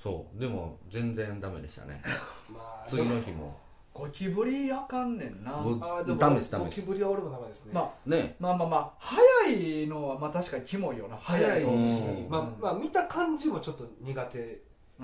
Speaker 3: そうでも全然ダメでした ね
Speaker 2: まあ
Speaker 3: 次の日も
Speaker 1: ゴキブリあかんねんな
Speaker 3: ご
Speaker 2: あーでも
Speaker 3: ダメですダメ
Speaker 2: ゴ
Speaker 3: で
Speaker 2: キ
Speaker 3: す
Speaker 2: ブリは俺もダメですね
Speaker 1: まあ
Speaker 3: ね
Speaker 1: まあまあまあ早いのはまあ確かにキモいよな
Speaker 2: 早い
Speaker 3: うん
Speaker 2: し
Speaker 3: うん、
Speaker 2: まあ、まあ見た感じもちょっと苦手、
Speaker 1: うん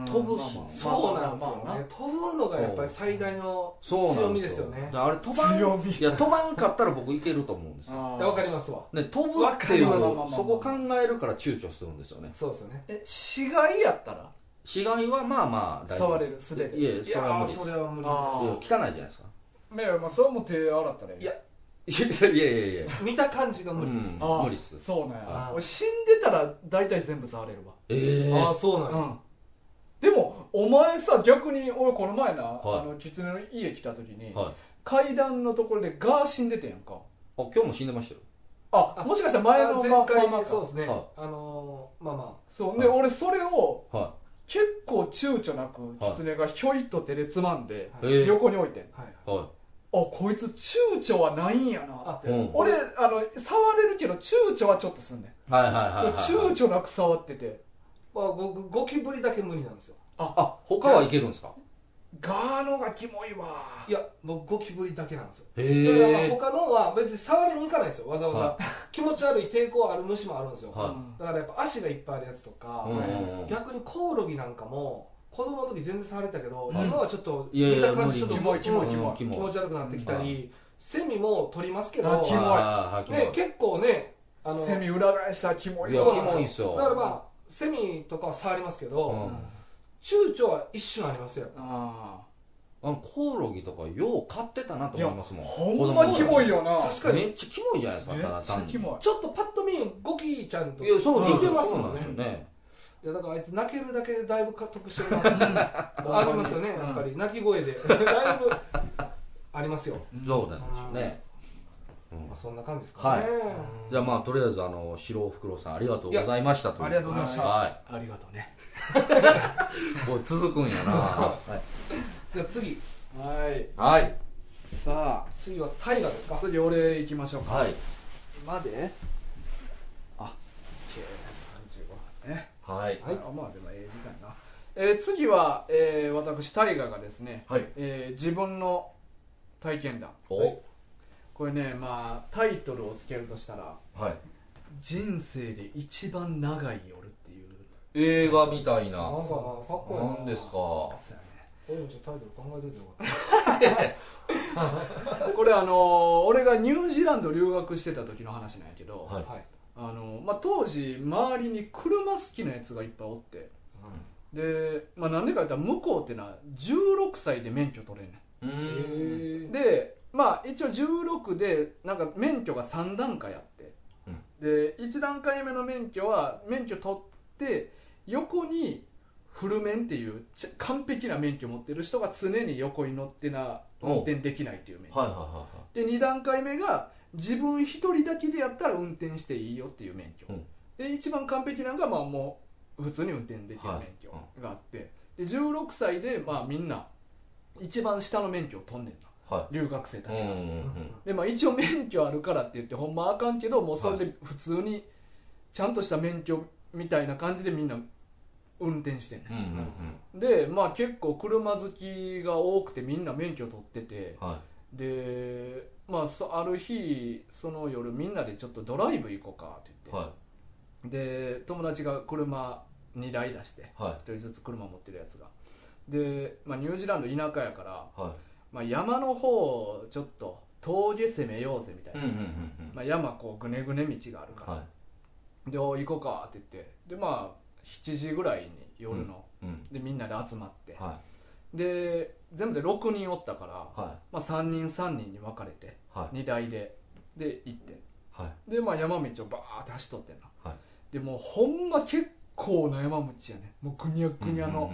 Speaker 3: 飛ぶし
Speaker 1: まあまあ
Speaker 2: そうなんですよね、
Speaker 1: まあまあま
Speaker 2: 飛ぶのがやっぱり最大の
Speaker 3: そう
Speaker 2: 強
Speaker 3: なん
Speaker 2: み
Speaker 3: で
Speaker 2: ですす
Speaker 3: よ
Speaker 2: よね
Speaker 3: だからあれ飛ばん
Speaker 1: 強み
Speaker 3: いや飛ばんかったら僕いけると思うんですよ
Speaker 1: あ
Speaker 2: い
Speaker 1: あ
Speaker 2: やわかりますわ
Speaker 3: ね飛ぶっていう
Speaker 2: わかります
Speaker 3: そこ考えるから躊躇するんですよね
Speaker 2: そうですよね
Speaker 1: え死骸やったら
Speaker 3: 死骸はまあまあ大丈
Speaker 1: 触
Speaker 3: 夫
Speaker 1: れる素手で
Speaker 3: いえ
Speaker 2: い
Speaker 3: そ
Speaker 2: や
Speaker 3: れは
Speaker 2: ー
Speaker 3: 無理です
Speaker 2: それ
Speaker 3: うん
Speaker 2: は無理
Speaker 1: あー
Speaker 3: 汚いじゃないですか
Speaker 1: まあまあそれはもう手洗ったらええ
Speaker 2: いや
Speaker 3: いやいやいやいや
Speaker 2: です見た感じが無理です、
Speaker 3: うん
Speaker 1: ああ
Speaker 3: 無理っす
Speaker 1: そうなんや
Speaker 2: ああ
Speaker 1: 俺死んでたら大体全部触れるわ
Speaker 3: ええ
Speaker 2: ああそうなんや、
Speaker 1: うんでもお前さ逆に俺この前な、
Speaker 3: はい
Speaker 1: あの狐の家来た時に、
Speaker 3: はいあ
Speaker 1: 階段のところでガー死んでてんやんか
Speaker 3: 今日も死んでましたよ
Speaker 1: あ
Speaker 2: あ
Speaker 1: もしかしたら前の
Speaker 2: あ前
Speaker 1: ま
Speaker 2: 回、
Speaker 1: ままか
Speaker 2: そうですね、
Speaker 3: はい
Speaker 2: あのー、まあま
Speaker 1: そうで、
Speaker 3: はい
Speaker 1: 俺それを
Speaker 3: は
Speaker 1: 結構躊躇なく
Speaker 3: はい
Speaker 1: 狐がひょいと手でつまんで、
Speaker 3: いええ
Speaker 1: 横に置いてんあ
Speaker 2: あはい
Speaker 3: は
Speaker 1: こいつ躊躇はないんやなって
Speaker 3: あうん
Speaker 1: 俺あの触れるけど躊躇はちょっとすんねん
Speaker 3: いはいはいはいはい
Speaker 1: 躊躇なく触ってて
Speaker 2: まあ、僕ゴキブリだけ無理なんですよ
Speaker 3: あ他はいけるんですか
Speaker 1: ガーのがキモいわ
Speaker 2: いや僕ゴキブリだけなんですよ
Speaker 3: へ
Speaker 2: だからまあ
Speaker 3: え
Speaker 2: 他のは別に触りに行かないですよわざわざ、
Speaker 3: は
Speaker 2: 気持ち悪い抵抗ある虫もあるんですよ、
Speaker 3: はい
Speaker 1: うん
Speaker 2: だからやっぱ足がいっぱいあるやつとか、
Speaker 3: うんうんうん
Speaker 2: 逆にコオロギなんかも子供の時全然触れてたけど、
Speaker 1: はい
Speaker 2: 今はちょっと
Speaker 3: いやい
Speaker 2: 見
Speaker 3: や
Speaker 2: た感じちょっと
Speaker 1: キモいキモい
Speaker 2: う
Speaker 1: キ
Speaker 2: ん
Speaker 1: モい
Speaker 3: うんキモい
Speaker 2: 気持ち悪くなってきたり、
Speaker 3: は
Speaker 2: セミも取りますけ
Speaker 1: あ
Speaker 2: ど、
Speaker 1: キモい
Speaker 3: あーはいはい
Speaker 2: ね、結構ねあの
Speaker 1: セミ裏返したらキモい
Speaker 3: いや
Speaker 1: わ
Speaker 3: キモいんすよ
Speaker 2: だからまあセミとかは触りますけど、
Speaker 3: うん
Speaker 2: 躊躇は一瞬ありますよ
Speaker 1: あ
Speaker 3: あのコオロギとかよう買ってたなと思いますもん
Speaker 1: あほんまキモいよな
Speaker 2: 確かに
Speaker 3: めっちゃキモいじゃないですか
Speaker 1: め
Speaker 3: ただ
Speaker 1: っちゃ
Speaker 3: 単に
Speaker 1: キモい
Speaker 2: ちょっとパッと見ゴキちゃんと
Speaker 3: いやそうそう
Speaker 2: 似てます
Speaker 3: そうな
Speaker 2: も
Speaker 3: ん
Speaker 2: ん
Speaker 3: で
Speaker 2: ね
Speaker 3: すよね
Speaker 2: いやだからあいつ泣けるだけでだいぶ得して るなってありますよねやっぱり泣き声でだいぶありますよ
Speaker 3: どうなんでしょうね
Speaker 4: うん
Speaker 2: まあ、そんな感じですかね、
Speaker 4: じゃあまあとりあえずあの白おふくろさんありがとうございましたという
Speaker 2: ありがとうございました
Speaker 4: は
Speaker 1: ありがとうね
Speaker 4: いもう続くんやなは
Speaker 2: じゃあ次
Speaker 1: はい
Speaker 4: いはい
Speaker 1: さ
Speaker 2: 次は大河です
Speaker 1: あ
Speaker 2: か
Speaker 1: 次俺行きましょうか
Speaker 4: はい
Speaker 1: まであ35分ね
Speaker 4: はい
Speaker 1: はい、まあでもええ時間やな、えー次は、えー私大我がですね、
Speaker 4: はい
Speaker 1: えー自分の体験談
Speaker 4: お
Speaker 1: これねまあタイトルをつけるとしたら
Speaker 4: はい
Speaker 1: 「人生で一番長い夜」っていう
Speaker 4: 映画みたい
Speaker 2: な
Speaker 4: なん
Speaker 2: かかっこいいな
Speaker 4: なんですか
Speaker 1: そうやね
Speaker 2: 俺もちょっとタイトル考えといてよかっ
Speaker 1: これあのー俺がニュージーランド留学してた時の話なんやけど、
Speaker 4: はい
Speaker 2: たはい
Speaker 1: あのーまあ、当時周りに車好きなやつがいっぱいおってで、まあ、なんでか言ったら向こうってのは16歳で免許取れんねん
Speaker 4: うーん
Speaker 2: え
Speaker 1: でまあ一応16でなんか免許が3段階あって、で1段階目の免許は免許取って横にフル免っていうちゃ完璧な免許持ってる人が常に横に乗ってな運転できないっていう免許、
Speaker 4: はいはいは
Speaker 1: で2段階目が自分一人だけでやったら運転していいよっていう免許、
Speaker 4: うん
Speaker 1: で一番完璧なのがまあもう普通に運転できる免許があって、で16歳でまあみんな一番下の免許を取んねんない
Speaker 4: は
Speaker 1: 留学生た
Speaker 4: い
Speaker 1: ち
Speaker 4: う
Speaker 1: が、
Speaker 4: んうんうん
Speaker 1: でまあ、一応免許あるからって言ってほんまあかんけどもうそれで普通にちゃんとした免許みたいな感じでみんな運転してんね
Speaker 4: うんうんうん
Speaker 1: んでまあ結構車好きが多くてみんな免許取ってて
Speaker 4: は
Speaker 1: でまあそある日その夜みんなでちょっとドライブ行こうかって
Speaker 4: い
Speaker 1: 言って、
Speaker 4: は
Speaker 1: で友達が車2台出して
Speaker 4: いは
Speaker 1: 1人ずつ車持ってるやつがで、まあ、ニュージーランド田舎やから、
Speaker 4: いは
Speaker 1: まあ、山の方をちょっと峠攻めようぜみたい
Speaker 4: い
Speaker 1: な
Speaker 4: うんうんうん
Speaker 1: まあ、山こうぐねぐね道がある
Speaker 4: う
Speaker 1: か
Speaker 4: ん
Speaker 1: ら、
Speaker 4: は
Speaker 1: でお行こうかって言ってでまあ7時ぐらいに夜の、
Speaker 4: いうん
Speaker 1: でみんなで集まって、
Speaker 4: は
Speaker 1: で全部で6人おったから、
Speaker 4: いはい
Speaker 1: まあ、3人3人に分かれて
Speaker 4: はい
Speaker 1: 2台でで行って
Speaker 4: はい
Speaker 1: でまあ山道をバーって走っとってん
Speaker 4: は
Speaker 1: な、
Speaker 4: い
Speaker 1: でもうほんま結構な山道やねもうぐにゃぐにゃ
Speaker 4: うん
Speaker 1: の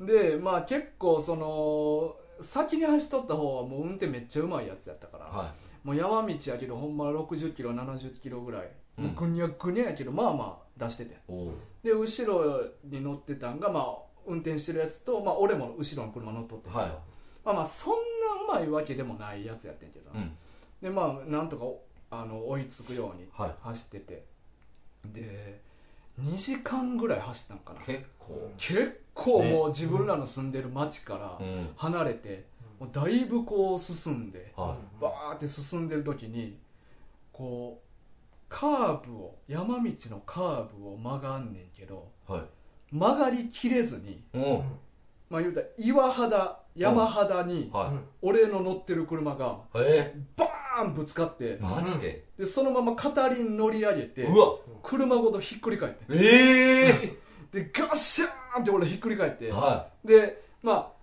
Speaker 4: う、ん
Speaker 1: でまあ結構その先に走っとった方はもう運転めっちゃうまいやつやったから、
Speaker 4: うんうんは
Speaker 1: もう山道やけどほんま60キロ70キロぐらい、
Speaker 4: うん
Speaker 1: もうぐにゃぐにゃやけどまあまあ出してて
Speaker 4: いおう
Speaker 1: で後ろに乗ってたんがまあ運転してるやつと、まあ、俺も後ろの車乗っとってんけど、
Speaker 4: は
Speaker 1: まあまあそんなうまいわけでもないやつやってんけど
Speaker 4: い
Speaker 1: な、
Speaker 4: うん
Speaker 1: でまあなんとかおあの追いつくように
Speaker 4: はい
Speaker 1: 走っててで2時間ぐらい走ったんかな
Speaker 4: 結構
Speaker 1: 結構もう自分らの住んでる町から
Speaker 4: うん
Speaker 1: 離れて、もうだいぶこう進んで、
Speaker 4: は
Speaker 1: バーって進んでる時にこうカーブを山道のカーブを曲がんねんけど
Speaker 4: いはい
Speaker 1: 曲がりきれずに
Speaker 4: おう
Speaker 1: まあ言うたら岩肌山肌に
Speaker 4: は
Speaker 1: 俺の乗ってる車が
Speaker 4: いえ
Speaker 1: バーンぶつかって
Speaker 4: ーマジで
Speaker 1: でそのまま片輪乗り上げて
Speaker 4: うわ
Speaker 1: 車ごとひっくり返って
Speaker 4: ええ
Speaker 1: でガッシャーンって俺ひっくり返って
Speaker 4: は
Speaker 1: でまあ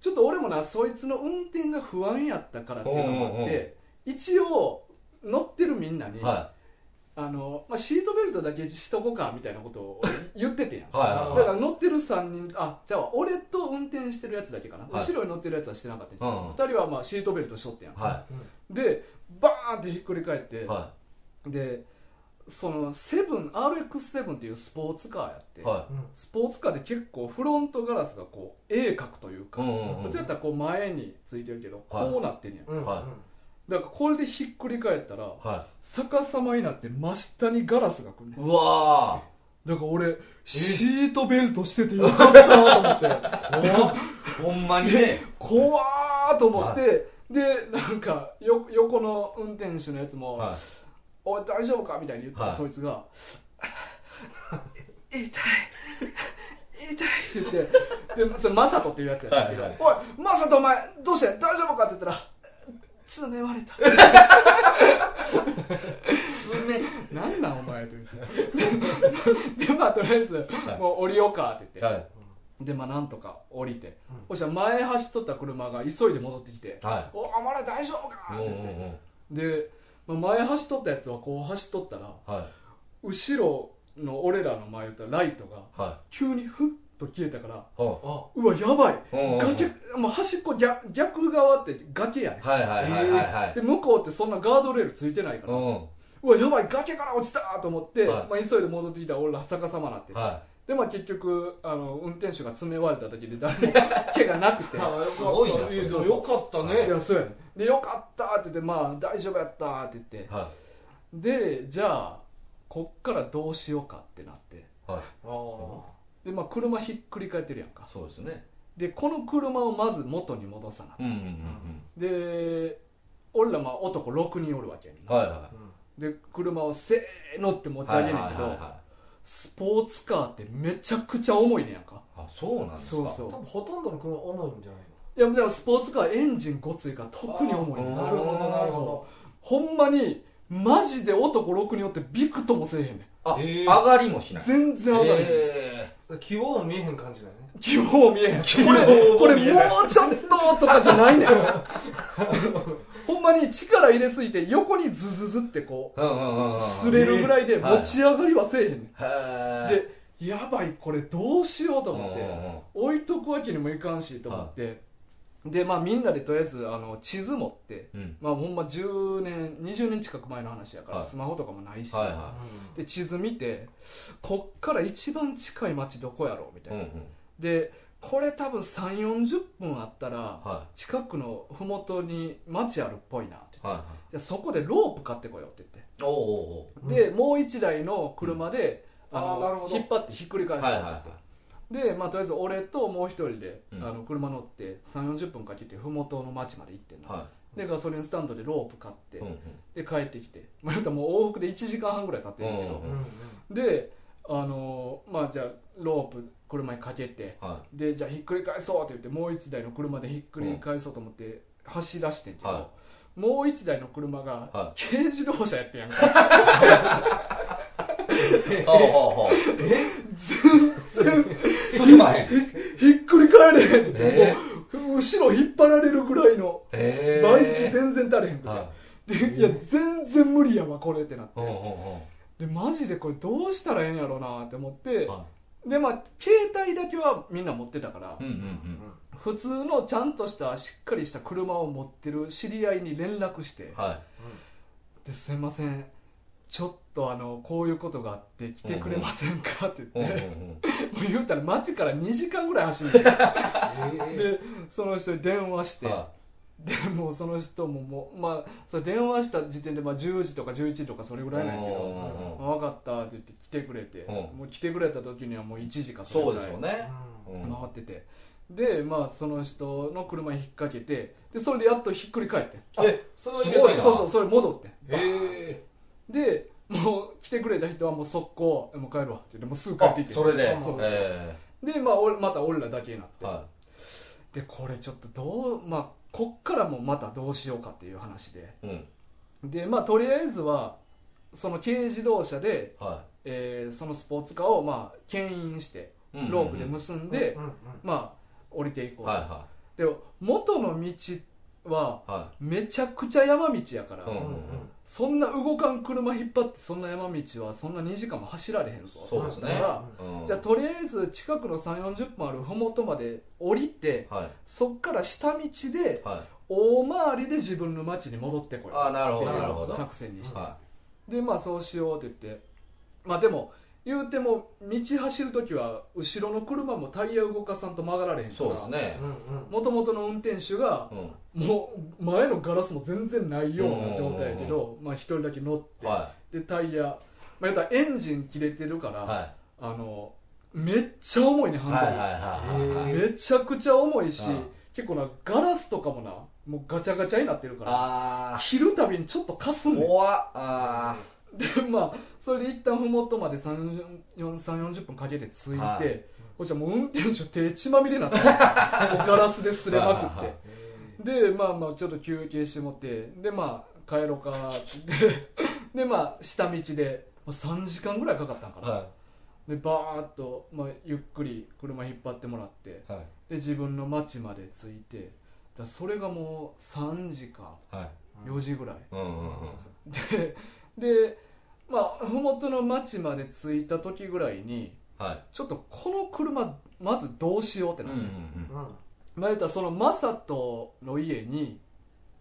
Speaker 1: ちょっと俺もなそいつの運転が不安やったからっていうのもあ
Speaker 4: おうお
Speaker 1: っ
Speaker 4: うおう
Speaker 1: て一応乗ってるみんなに、
Speaker 4: いは
Speaker 1: あのまあ、シートベルトだけしとこうかみたいなこと を言っててんやん
Speaker 4: いはい
Speaker 1: だ
Speaker 4: は
Speaker 1: か
Speaker 4: いは
Speaker 1: ら乗ってる3人あじゃあ俺と運転してるやつだけかな、
Speaker 4: はい
Speaker 1: 後ろに乗ってるやつはしてなかったんや、
Speaker 4: うんうん
Speaker 1: 2人はまあシートベルトしとってんやん、
Speaker 4: いは
Speaker 1: でバーンってひっくり返って、
Speaker 4: いは
Speaker 1: でそのセブン RX7 っていうスポーツカーやって、
Speaker 4: いは
Speaker 1: スポーツカーで結構フロントガラスがこう鋭角という
Speaker 4: い
Speaker 1: か、
Speaker 4: う
Speaker 1: こ
Speaker 4: んうんうん
Speaker 1: っちやったらこう前についてるけど、
Speaker 4: はい
Speaker 1: こうなってんねん
Speaker 2: うん
Speaker 4: はい
Speaker 1: だからこれでひっくり返ったら
Speaker 4: は
Speaker 1: 逆さまになって真下にガラスがくるねん
Speaker 4: いうわ
Speaker 1: だから俺、シートベルトしててよかったなと思って、
Speaker 4: ーほんまに ね
Speaker 1: 怖ーと思って、で、なんかよ、横の運転手のやつも、
Speaker 4: は
Speaker 1: おい、大丈夫かみたいに言ったら、
Speaker 4: はい
Speaker 1: そいつが、痛い、痛いって言って、で、それ、マサトっていうやつやったけど、
Speaker 4: はいはい
Speaker 1: おい、マサトお前、どうして大丈夫かって言ったら、爪割れた。爪なんなんお前と言って。で、まあ、とりあえず、
Speaker 4: い
Speaker 1: もう降りようかって言って。
Speaker 4: いはい
Speaker 1: でまあなんとか降りて、
Speaker 2: うん
Speaker 1: そしたら前走っとった車が急いで戻ってきて
Speaker 4: はい
Speaker 1: 「おお前ら大丈夫か?」って
Speaker 4: うんう
Speaker 1: 言
Speaker 4: ん
Speaker 1: って、
Speaker 4: うん
Speaker 1: で、まあ、前走っとったやつはこう走っとったら
Speaker 4: は
Speaker 1: 後ろの俺らの前言ったライトが
Speaker 4: いは
Speaker 1: 急にふっと消えたから
Speaker 4: いは
Speaker 2: あ
Speaker 1: うわやばい
Speaker 4: うんうんうん
Speaker 1: 崖、まあ、の端っこ逆逆側って崖やね
Speaker 4: はいはいはいはいはい
Speaker 1: で向こうってそんなガードレールついてないから、う
Speaker 4: う
Speaker 1: わやばい崖から落ちたと思って、
Speaker 4: はい
Speaker 1: まあ、急いで戻ってきたら俺ら逆さまなって
Speaker 4: んは
Speaker 1: でまあ結局あの運転手が詰め割れただけで誰も怪我なくて
Speaker 2: あ
Speaker 4: すごいなそれ
Speaker 2: よかったね
Speaker 1: いやそうやねでよかったって言ってまあ大丈夫やったって言って
Speaker 4: いは
Speaker 1: でじゃあこっからどうしようかってなって
Speaker 4: いはい
Speaker 2: あー
Speaker 1: でまあ車ひっくり返ってるやんか
Speaker 4: そうですね
Speaker 1: でこの車をまず元に戻さな
Speaker 4: うんうんうん
Speaker 1: で俺らまあ男6人おるわけやねん
Speaker 4: うんはいは
Speaker 1: で車をせーのって持
Speaker 4: い
Speaker 1: ち上げんねんけ
Speaker 4: はいはい
Speaker 1: ど
Speaker 4: は
Speaker 1: スポーツカーってめちゃくちゃ重いねんやんか
Speaker 4: いあそうなんですか
Speaker 1: そう
Speaker 2: 多
Speaker 1: そ
Speaker 2: 分ほとんどの車重いんじゃないの
Speaker 1: ういやでもスポーツカーエンジンごついから特に重いねん
Speaker 4: あー
Speaker 2: なるほどなるほど
Speaker 1: ほんまにマジで男6によってビクともせえへんねん
Speaker 4: あ
Speaker 2: えー
Speaker 4: 上がりもしない
Speaker 1: 全然上がれへん、
Speaker 4: え
Speaker 2: 希望も見えへん感じだよね
Speaker 1: 希望見えへんこれこれもうちょっととかじゃないねんほんまに力入れすぎて横にズズズってこ
Speaker 4: ーうんうんうんうん
Speaker 1: う擦れるぐらいで
Speaker 4: はい
Speaker 1: 持ち上がりはせえへんねん、
Speaker 4: へえ
Speaker 1: でやばいこれどうしようと思っ
Speaker 4: うんうんうん
Speaker 1: て置いとくわけにもいかんしと思って、でまあみんなでとりあえずあの地図持って
Speaker 4: うん
Speaker 1: まあほんま10年20年近く前の話やから、
Speaker 4: はい
Speaker 1: スマホとかもないし、
Speaker 4: はいは
Speaker 1: で地図見てこっから一番近い町どこやろうみた
Speaker 4: う
Speaker 1: い
Speaker 4: んう
Speaker 1: な、
Speaker 4: ん
Speaker 1: でこれ多分3 4 0分あったら
Speaker 4: は
Speaker 1: 近くの麓に町あるっぽいなって
Speaker 4: いはいは
Speaker 1: じゃあそこでロープ買ってこようって言って
Speaker 4: いおーお
Speaker 2: うん
Speaker 1: で、もう一台の車で、
Speaker 2: うん
Speaker 1: あの
Speaker 2: あーなるほど
Speaker 1: 引っ張ってひっくり
Speaker 4: ー
Speaker 1: 返
Speaker 4: おーは
Speaker 1: す
Speaker 4: い
Speaker 1: よ
Speaker 4: は
Speaker 1: っ
Speaker 4: い
Speaker 1: て言
Speaker 4: は
Speaker 1: って、で、まあ、とりあえず俺ともう一人で、
Speaker 4: うん
Speaker 1: あの車乗って3 4 0分かけて麓の町まで行ってん
Speaker 4: い
Speaker 1: の、
Speaker 4: は
Speaker 1: でガソリンスタンドでロープ買って、
Speaker 4: いうんうん
Speaker 1: で帰ってきて、まあ、言うたらもう往復で1時間半ぐらい経ってるけど、
Speaker 4: うん
Speaker 2: うんうん
Speaker 1: であのーまあじゃあロープ車にかけて
Speaker 4: は
Speaker 1: でじゃあひっくり返そうって言ってもう一台の車でひっくり返そうと思って走らしてんけど、
Speaker 4: は
Speaker 1: もう一台の車が
Speaker 4: は
Speaker 1: 軽自動車やってんやんか
Speaker 4: いおーおーおー
Speaker 1: 全然
Speaker 4: 進まへん
Speaker 1: ひっくり返れへんって、
Speaker 4: え
Speaker 1: もう後ろ引っ張られるぐらいの
Speaker 4: え
Speaker 1: 馬力全然足れへんくて、
Speaker 4: はい
Speaker 1: でいや全然無理やわこれってなっ
Speaker 4: う
Speaker 1: て、
Speaker 4: んうんうん
Speaker 1: でマジでこれどうしたらええんやろうなって思って、
Speaker 4: は
Speaker 1: でまあ携帯だけはみんな持ってたから、
Speaker 4: いうんうんうん
Speaker 1: 普通のちゃんとしたしっかりした車を持ってる知り合いに連絡して
Speaker 4: は
Speaker 1: 「ですいませんちょっとあのこういうことがあって来てくれませんか?」って
Speaker 4: いうん
Speaker 1: 言っ
Speaker 4: うん
Speaker 1: て、
Speaker 4: うん
Speaker 1: もう言うたら街から2時間ぐらい走って
Speaker 2: え
Speaker 1: でその人に電話して、
Speaker 4: は
Speaker 1: でもうその人ももう、まあ、それ電話した時点でまあ10時とか11時とかそれぐ
Speaker 4: い
Speaker 1: らいなんやけど。
Speaker 4: うんうんうん
Speaker 1: 分かったって言って来てくれて、
Speaker 4: うん
Speaker 1: もう来てくれた時にはもう1時かれ
Speaker 4: そ
Speaker 1: ぐ
Speaker 4: う
Speaker 1: らい
Speaker 4: ですよね
Speaker 2: う
Speaker 4: うん
Speaker 1: 回っててでまあその人の車に引っ掛けてでそれでやっとひっくり返って
Speaker 4: え
Speaker 2: す
Speaker 4: すごいな
Speaker 1: そうそうそれ戻って
Speaker 4: へえ
Speaker 1: でもう来てくれた人はもう速攻もう帰るわって言ってもうすぐ帰ってきて
Speaker 4: それで
Speaker 1: そうそう
Speaker 4: え
Speaker 1: で、まあ、俺また俺らだけになっ
Speaker 4: ー
Speaker 1: て、
Speaker 4: は
Speaker 1: でこれちょっとどうまあこっからもまたどうしようかっていう話で
Speaker 4: いうん
Speaker 1: でまあとりあえずはその軽自動車で、
Speaker 4: は
Speaker 1: えーそのスポーツカーをまあ牽引して
Speaker 4: いうんうんうん
Speaker 1: ロープで結んで、
Speaker 2: うんうん
Speaker 1: まあ降りていこうと、
Speaker 4: はいは
Speaker 1: でも元の道はい
Speaker 4: は
Speaker 1: めちゃくちゃ山道やから、
Speaker 4: うん
Speaker 2: うんうん
Speaker 1: そんな動かん車引っ張ってそんな山道はそんな2時間も走られへんぞ
Speaker 4: そうですね
Speaker 1: だから
Speaker 4: いうん
Speaker 1: じゃあとりあえず近くの3 4 0分ある麓まで降りて
Speaker 4: はい
Speaker 1: そっから下道で
Speaker 4: はい
Speaker 1: 大回りで自分の町に戻ってこよう
Speaker 4: ああなるほど
Speaker 1: っていう
Speaker 4: なるほど
Speaker 1: 作戦にして、
Speaker 4: は
Speaker 1: でまあそうしようって言ってまあでも言うても道走る時は後ろの車もタイヤ動かさんと曲がられへん
Speaker 4: い
Speaker 1: か
Speaker 4: そ
Speaker 1: ら
Speaker 4: うですね
Speaker 2: うんうん
Speaker 1: もともとの運転手が
Speaker 4: うん
Speaker 1: もう前のガラスも全然ないような状態やけどまあ一人だけ乗って、
Speaker 4: は
Speaker 1: でタイヤ、まあ、言ったらエンジン切れてるから、
Speaker 4: いは
Speaker 1: あのめっちゃ重いね
Speaker 4: い
Speaker 1: ハンド
Speaker 4: は
Speaker 1: ル
Speaker 4: い、はいはいはい
Speaker 1: めちゃくちゃ重いし、
Speaker 4: うん
Speaker 1: 結構なガラスとかもなもうガチャガチャになってるから
Speaker 4: あ
Speaker 1: 切るたびにちょっとかす
Speaker 4: ー
Speaker 1: んねん
Speaker 4: 怖っあ
Speaker 1: でまあそれで一旦ふもとまで3 4 0 40分かけて着いて、
Speaker 4: はい
Speaker 1: そしたらもう運転手手血まみれになってもう ガラスですれまくって
Speaker 4: はいはい
Speaker 1: でまあまあちょっと休憩してもってでまあ帰ろうかって言ってでまあ下道でまあ3時間ぐらいかかったんかな、
Speaker 4: は
Speaker 1: でバーッと、まあ、ゆっくり車引っ張ってもらって、
Speaker 4: いはい
Speaker 1: で自分の町まで着いてだそれがもう3時か
Speaker 4: はい
Speaker 1: 4時ぐらい、
Speaker 4: うんうんうん
Speaker 1: で でまあ麓の町まで着いた時ぐらいに
Speaker 4: はい
Speaker 1: ちょっとこの車まずどうしようって
Speaker 4: うん
Speaker 1: な
Speaker 4: う
Speaker 1: っ
Speaker 4: ん
Speaker 1: て、
Speaker 4: うん
Speaker 2: うん
Speaker 1: まあ言うたらそのマサトの家に